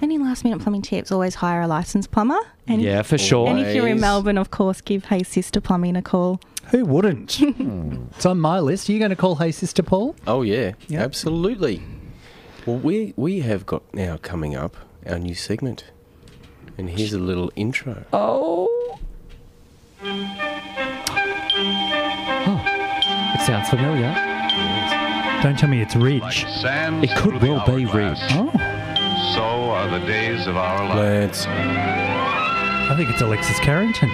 Speaker 6: Any last minute plumbing tips? Always hire a licensed plumber. And
Speaker 1: Yeah,
Speaker 6: If,
Speaker 1: for sure.
Speaker 6: and if you're in
Speaker 4: Always.
Speaker 6: Melbourne, of course, give Hey Sister Plumbing a call.
Speaker 3: Who wouldn't? it's on my list. Are you going to call Hey Sister Paul?
Speaker 4: Oh yeah, absolutely. Well, we we have got now coming up our new segment, and here's a little intro.
Speaker 1: It sounds familiar.
Speaker 3: Don't tell me it's Ridge.
Speaker 2: Sands
Speaker 1: It could
Speaker 2: through the
Speaker 1: well be
Speaker 2: hourglass.
Speaker 3: Oh.
Speaker 1: Ridge.
Speaker 2: So are the days of our lives.
Speaker 4: Let's
Speaker 3: I think it's Alexis Carrington.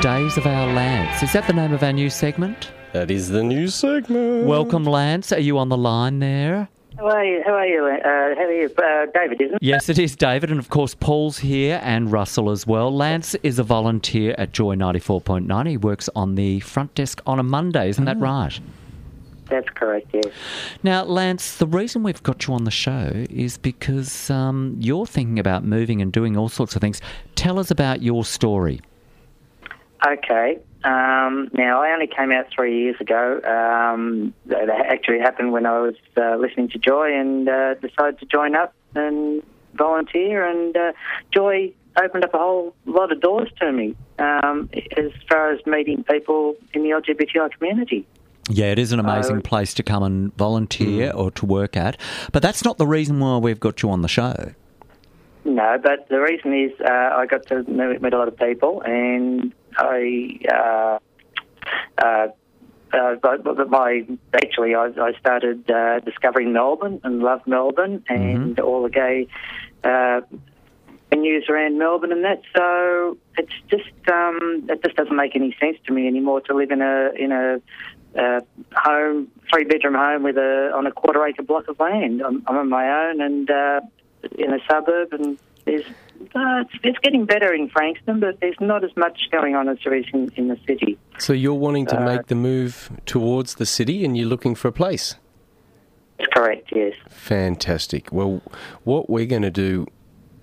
Speaker 1: Days of Our Lance. Is that the name of our new segment?
Speaker 4: That is the new segment.
Speaker 1: Welcome, Lance. Are you on the line there?
Speaker 8: How are you? How are you? Uh, how are you? Uh, David, isn't it?
Speaker 1: Yes, it is, David. And of course, Paul's here and Russell as well. Lance is a volunteer at Joy 94.9. He works on the front desk on a Monday, isn't
Speaker 8: Ah.
Speaker 1: that right?
Speaker 8: That's correct, yes.
Speaker 1: Now, Lance, the reason we've got you on the show is because um, you're thinking about moving and doing all sorts of things. Tell us about your story.
Speaker 8: Okay. Um, now, I only came out three years ago. Um, that actually happened when I was uh, listening to Joy and uh, decided to join up and volunteer. And uh, Joy opened up a whole lot of doors to me um, as far as meeting people in the LGBTI community.
Speaker 1: Yeah, it is an amazing
Speaker 8: Uh,
Speaker 1: place to come Mm. and volunteer or to work at. But that's not the reason why we've got you on the show.
Speaker 8: No, but the reason is uh, I got to meet, meet a lot of people, and I, uh, uh, uh, but, but my actually I, I started uh, discovering Melbourne and loved Melbourne and all the gay uh, venues around Melbourne and that. So it's just um, it just doesn't make any sense to me anymore to live in a in a uh, home three bedroom home with a on a quarter acre block of land. I'm, I'm on my own and uh, in a suburb and there's. Uh, it's, it's getting better in Frankston, but there's not as much going on as there is in, in the city.
Speaker 4: So you're wanting to make the move towards the city and you're looking for a place.
Speaker 8: That's correct, yes.
Speaker 4: Fantastic. Well, what we're going to do,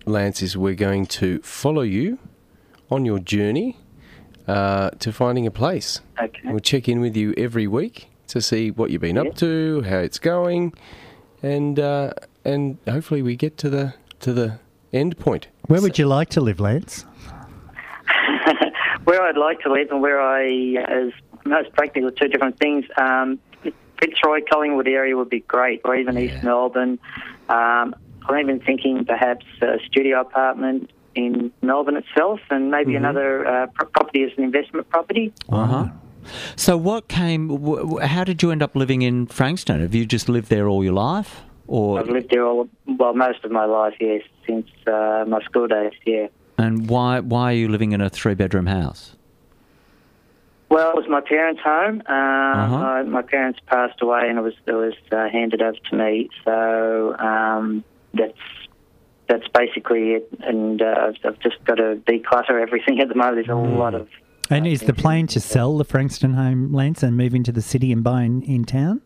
Speaker 4: Lance, is we're going to follow you on your journey uh, to finding a place.
Speaker 8: Okay.
Speaker 4: We'll check in with you every week to see what you've been up to, how it's going, and uh, and hopefully we get to the to the end point.
Speaker 3: Where would you like to live, Lance?
Speaker 8: where I'd like to live and where I is most practical two different things. Um, Fitzroy, Collingwood area would be great, or even East Melbourne. Um, I'm even thinking perhaps a studio apartment in Melbourne itself, and maybe another uh, pro- property as an investment property.
Speaker 1: Uh huh. So, what came? wh- wh- How did you end up living in Frankston? Have you just lived there all your life, or
Speaker 8: I've lived there all well most of my life, yes, since uh, my school days. Yeah.
Speaker 1: and why why are you living in a three bedroom house?
Speaker 8: Well, it was my parents' home. Uh,
Speaker 4: Uh-huh.
Speaker 8: I, my parents passed away, and it was it was uh, handed over to me. So um, that's that's basically it. And uh, I've, I've just got to declutter everything at the moment. There's a
Speaker 4: Mm.
Speaker 8: lot of
Speaker 3: And is the plan to sell the Frankston home, Lance, and move into the city and buy in, in town?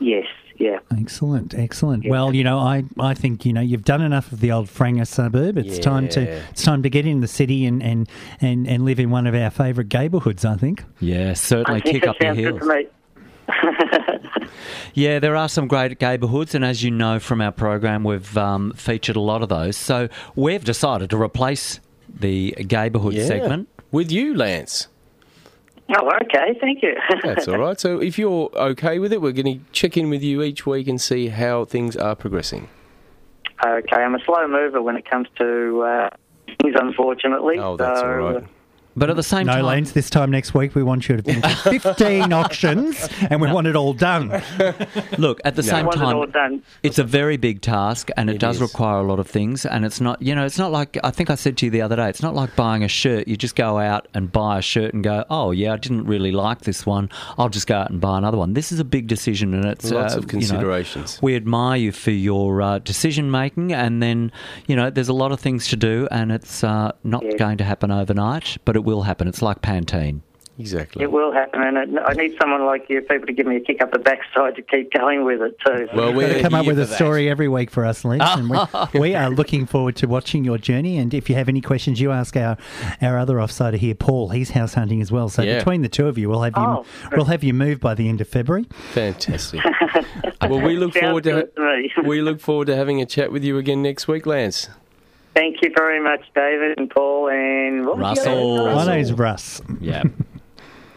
Speaker 8: yes, yeah.
Speaker 3: Excellent, excellent. Well, you know, I, I think you know you've done enough of the old Franger suburb. It's time to
Speaker 4: Yeah.
Speaker 3: it's time to get in the city and and and, and live in one of our favourite neighbourhoods. I think.
Speaker 1: Yeah,
Speaker 8: I
Speaker 1: certainly
Speaker 8: think
Speaker 1: kick
Speaker 8: that
Speaker 1: up the
Speaker 8: sounds
Speaker 1: heels.
Speaker 8: good to me.
Speaker 1: Yeah, there are some great neighbourhoods, and as you know from our program, we've um, featured a lot of those. So we've decided to replace the neighbourhood segment.
Speaker 4: with you, Lance.
Speaker 8: Oh, okay. Thank you.
Speaker 4: That's all right. So if you're okay with it, we're going to check in with you each week and see how things are progressing.
Speaker 8: okay, I'm a slow mover when it comes to uh, things, unfortunately.
Speaker 4: Oh, that's
Speaker 8: so,
Speaker 4: all right.
Speaker 1: But at the same
Speaker 3: No,
Speaker 1: time,
Speaker 3: Lance. This time next week, we want you to finish fifteen auctions, and we want it all done.
Speaker 1: look, at the same
Speaker 8: Once it's all
Speaker 1: time,
Speaker 8: done.
Speaker 1: it's a very big task, and it,
Speaker 4: It
Speaker 1: does
Speaker 4: is.
Speaker 1: require a lot of things. And it's not, you know, it's not like I think I said to you the other day. It's not like buying a shirt. You just go out and buy a shirt and go, oh yeah, I didn't really like this one. I'll just go out and buy another one. This is a big decision, and it's
Speaker 4: Lots
Speaker 1: uh,
Speaker 4: of
Speaker 1: you know,
Speaker 4: considerations.
Speaker 1: we admire you for your uh, decision making, and then you know there's a lot of things to do, and it's uh, not going to happen overnight, but it will happen. It's like Pantene.
Speaker 4: Exactly.
Speaker 8: It will happen, and it, I need someone like you people to give me a kick up the backside to keep going with it too.
Speaker 4: well, we're
Speaker 3: Got to come up
Speaker 4: here
Speaker 3: with a
Speaker 4: for that.
Speaker 3: story every week for us, Lance. and we, we are looking forward to watching your journey. And if you have any questions, you ask our, our other offsider here, Paul. He's house hunting as well. So
Speaker 4: Yeah.
Speaker 3: between the two of you, we'll have you
Speaker 8: Oh,
Speaker 3: we'll have you moved by the end of February.
Speaker 4: Fantastic. well, we look
Speaker 8: Sounds
Speaker 4: forward to
Speaker 8: good to me.
Speaker 4: we look forward to having a chat with you again next week, Lance.
Speaker 8: Thank you very much, David and Paul and what was the
Speaker 1: Russell.
Speaker 8: other
Speaker 3: My
Speaker 1: Russell.
Speaker 3: name's Russ.
Speaker 1: Yeah.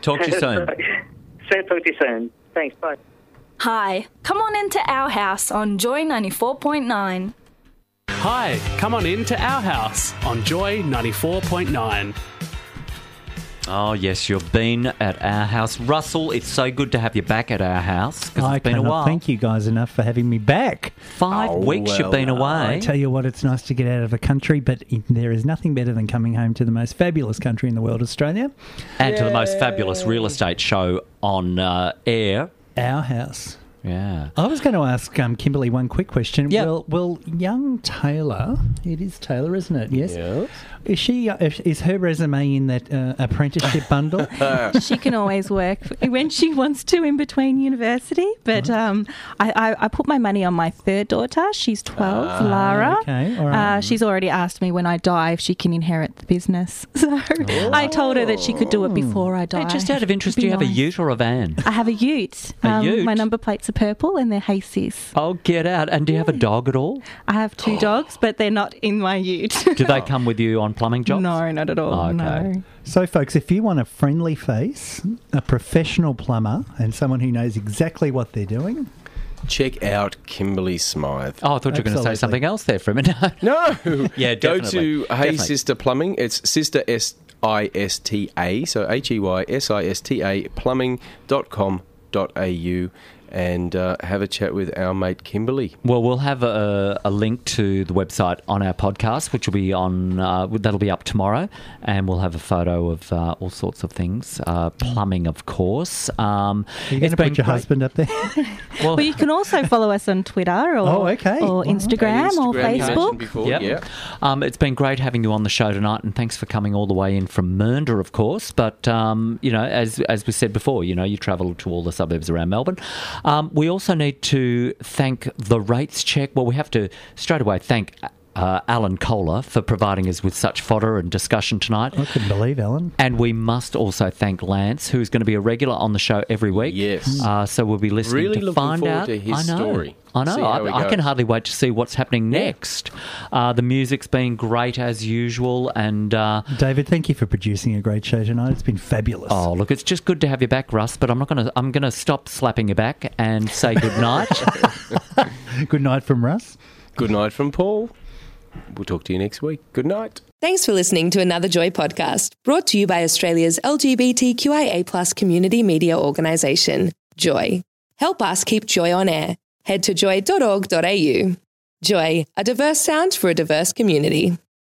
Speaker 1: Talk to you
Speaker 8: name?
Speaker 1: soon.
Speaker 8: So talk to you soon. Thanks. Bye.
Speaker 7: Hi, come on into our house on Joy 94.9.
Speaker 5: Hi, come on in to our house on Joy 94.9.
Speaker 1: Oh yes, you've been at our house, Russell. It's so good to have you back at our house because
Speaker 3: I
Speaker 1: it's been a
Speaker 3: cannot
Speaker 1: while.
Speaker 3: thank you guys enough for having me back.
Speaker 1: Five
Speaker 4: Oh,
Speaker 1: weeks you've been
Speaker 4: well,
Speaker 1: away.
Speaker 3: I tell you what, it's nice to get out of the country, but i- there is nothing better than coming home to the most fabulous country in the world, Australia,
Speaker 1: and to the most fabulous real estate show on uh, air.
Speaker 3: our house.
Speaker 1: Yeah.
Speaker 3: I was going to ask um, Kimberly one quick question.
Speaker 1: Yeah.
Speaker 3: Well, well, young Taylor, it is Taylor, isn't it? Yes.
Speaker 4: Yes.
Speaker 3: Is she? uh, Is her resume in that uh, apprenticeship bundle?
Speaker 6: she can always work when she wants to in between university. But um, I, I, I put my money on my third daughter. She's 12, Lara.
Speaker 3: Ah, okay, all right.
Speaker 6: uh, she's already asked me when I die if she can inherit the business. So I told her that she could
Speaker 3: Oh.
Speaker 6: do it before I die.
Speaker 1: Hey, just out of interest,
Speaker 6: It'd
Speaker 1: do
Speaker 6: be
Speaker 1: you have a
Speaker 6: nice.
Speaker 1: ute or a van?
Speaker 6: I have a ute. Um,
Speaker 1: A ute?
Speaker 6: My number plates are purple and they're haysees.
Speaker 1: Oh, get out! And do you have a dog at all?
Speaker 6: I have two dogs, but they're not in my ute.
Speaker 1: Do they come with you on plumbing jobs?
Speaker 6: no, not at all.
Speaker 3: Ah,
Speaker 1: Oh, okay.
Speaker 6: No.
Speaker 3: so, folks, if you want a friendly face, a professional plumber, and someone who knows exactly what they're doing,
Speaker 4: check out Kimberly Smythe.
Speaker 1: Oh, I thought you were going to say
Speaker 3: Absolutely.
Speaker 1: something else there for a minute.
Speaker 4: No.
Speaker 1: Yeah,
Speaker 4: Go
Speaker 1: definitely.
Speaker 4: to Hey
Speaker 1: Definitely.
Speaker 4: Sister Plumbing. It's Sister S I S T A. So H E Y S I S T A plumbing.com.au and uh, have a chat with our mate Kimberly.
Speaker 1: Well, we'll have a, a link to the website on our podcast, which will be on uh, that'll be up tomorrow, and we'll have a photo of uh, all sorts of things, uh, plumbing, of course. Um,
Speaker 3: Are you going
Speaker 1: it's
Speaker 3: to
Speaker 1: been
Speaker 3: put your
Speaker 1: great.
Speaker 3: husband up there?
Speaker 1: Well,
Speaker 6: Well, you can also follow us on Twitter or,
Speaker 3: Oh, okay.
Speaker 6: or
Speaker 3: All right.
Speaker 6: Instagram,
Speaker 4: Instagram
Speaker 6: or
Speaker 4: you mentioned
Speaker 6: Facebook.
Speaker 4: Before.
Speaker 1: Yep.
Speaker 4: Yeah.
Speaker 1: Um, it's been great having you on the show tonight, and thanks for coming all the way in from Mernda, of course. But um, you know, as as we said before, you know, you travel to all the suburbs around Melbourne. Um, we also need to thank the rates check. Well, we have to straight away thank. Uh, Alan Kohler for providing us with such fodder and discussion tonight.
Speaker 3: I couldn't believe Alan.
Speaker 1: And we must also thank Lance, who's going to be a regular on the show every week.
Speaker 4: Yes.
Speaker 1: Uh, so we'll be listening
Speaker 4: Really
Speaker 1: to
Speaker 4: looking
Speaker 1: find
Speaker 4: forward
Speaker 1: out.
Speaker 4: to his
Speaker 1: I know.
Speaker 4: story.
Speaker 1: I know.
Speaker 4: See how we
Speaker 1: I, I
Speaker 4: go.
Speaker 1: can hardly wait to see what's happening next. Uh, the music's been great as usual, and uh,
Speaker 3: David, thank you for producing a great show tonight. It's been fabulous.
Speaker 1: Oh, look, it's just good to have you back, Russ, but I'm not going to I'm going to stop slapping you back and say goodnight.
Speaker 3: Good night from Russ.
Speaker 4: Good night from Paul. We'll talk to you next week. Good night.
Speaker 9: Thanks for listening to another Joy podcast brought to you by Australia's LGBTQIA plus community media organisation, Joy. Help us keep Joy on air. Head to joy.org.au. Joy, a diverse sound for a diverse community.